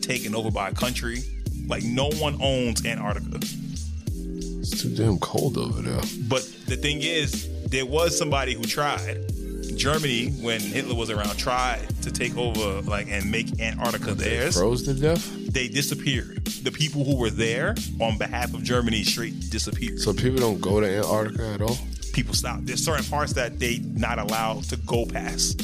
Speaker 1: taken over by a country. Like no one owns Antarctica.
Speaker 3: it's too damn cold over there.
Speaker 1: But the thing is, there was somebody who tried Germany, when Hitler was around, tried to take over like and make Antarctica theirs.
Speaker 3: Froze to death.
Speaker 1: They disappeared. The people who were there on behalf of Germany straight disappeared.
Speaker 3: So people don't go to Antarctica at all.
Speaker 1: people stop. There's certain parts that they not allowed to go past.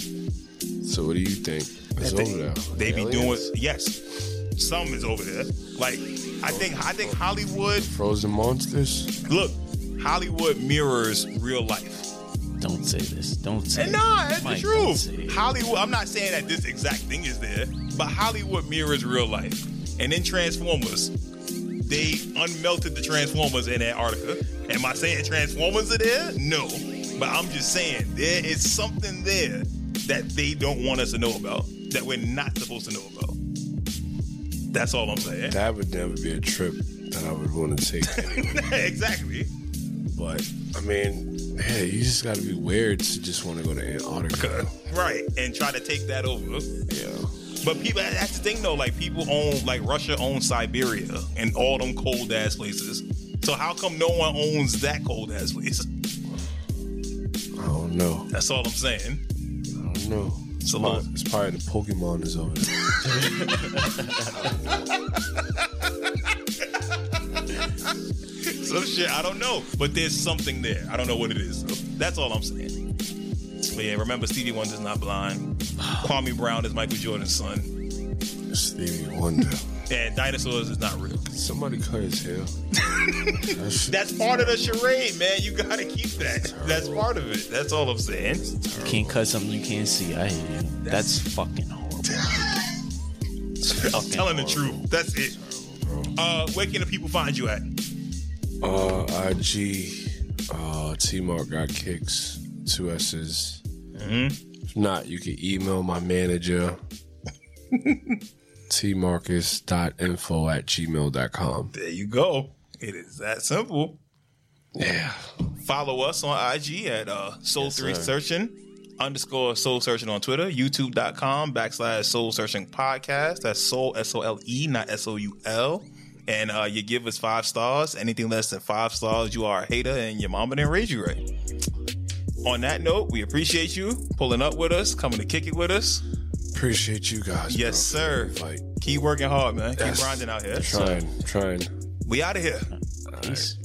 Speaker 3: So what do you think? It's
Speaker 1: They,
Speaker 3: over there.
Speaker 1: they be doing
Speaker 3: Aliens?
Speaker 1: yes. Some is over there. Like I think I think Hollywood
Speaker 3: frozen monsters.
Speaker 1: look, Hollywood mirrors real life.
Speaker 2: Don't say this. Don't say
Speaker 1: And nah, that's
Speaker 2: Mike,
Speaker 1: the
Speaker 2: don't say
Speaker 1: truth.
Speaker 2: it.
Speaker 1: Hollywood, I'm not saying that this exact thing is there, but Hollywood mirrors real life. And in Transformers, they unmelted the Transformers in Antarctica. Am I saying Transformers are there? No. But I'm just saying there is something there that they don't want us to know about, that we're not supposed to know about. That's all I'm saying.
Speaker 3: That would never be a trip that I would want to take.
Speaker 1: exactly.
Speaker 3: but I mean, yeah, you just got to be weird to just want to go to Antarctica.
Speaker 1: Right. And try to take that over.
Speaker 3: Yeah.
Speaker 1: But people, that's the thing though. Like people own, like Russia owns Siberia and all them cold ass places. So how come no one owns that cold ass place?
Speaker 3: I don't know.
Speaker 1: That's all I'm saying.
Speaker 3: I don't know. It's,
Speaker 1: a
Speaker 3: probably,
Speaker 1: lot.
Speaker 3: Oh, it's probably the Pokemon is over there.
Speaker 1: Some shit I don't know, but there's something there. I don't know what it is. So that's all I'm saying. But yeah, remember Stevie Wonder's not blind. Kwame Brown is Michael Jordan's son,
Speaker 3: Stevie Wonder.
Speaker 1: and dinosaurs is not real.
Speaker 3: Somebody cut his hair. That's
Speaker 1: That's part of the charade, man. You gotta keep that. That's part of it. That's all I'm saying.
Speaker 2: You can't cut something you can't see. I hate you. That's fucking horrible.
Speaker 1: I'm telling the truth. That's it. Uh, where can the people find you at?
Speaker 3: Uh, IG, uh, T Mark got kicks, two S's. If not, you can email my manager, tmarcus.info at gmail.com.
Speaker 1: There you go. It is that simple.
Speaker 3: Yeah.
Speaker 1: Follow us on IG at uh, Soul Three Searching underscore Soul Searching on Twitter, YouTube.com backslash Soul Searching Podcast. That's Soul S O L E, not S O U L. And uh, you give us five stars. Anything less than five stars, you are a hater, and your mama didn't raise you right. On that note, we appreciate you pulling up with us, coming to kick it with us.
Speaker 3: Appreciate you guys.
Speaker 1: Yes, sir.
Speaker 3: bro. Like,
Speaker 1: Keep working hard, man. Keep
Speaker 3: Yes.
Speaker 1: grinding out here.
Speaker 3: trying, trying.
Speaker 1: We out of here.
Speaker 2: Peace.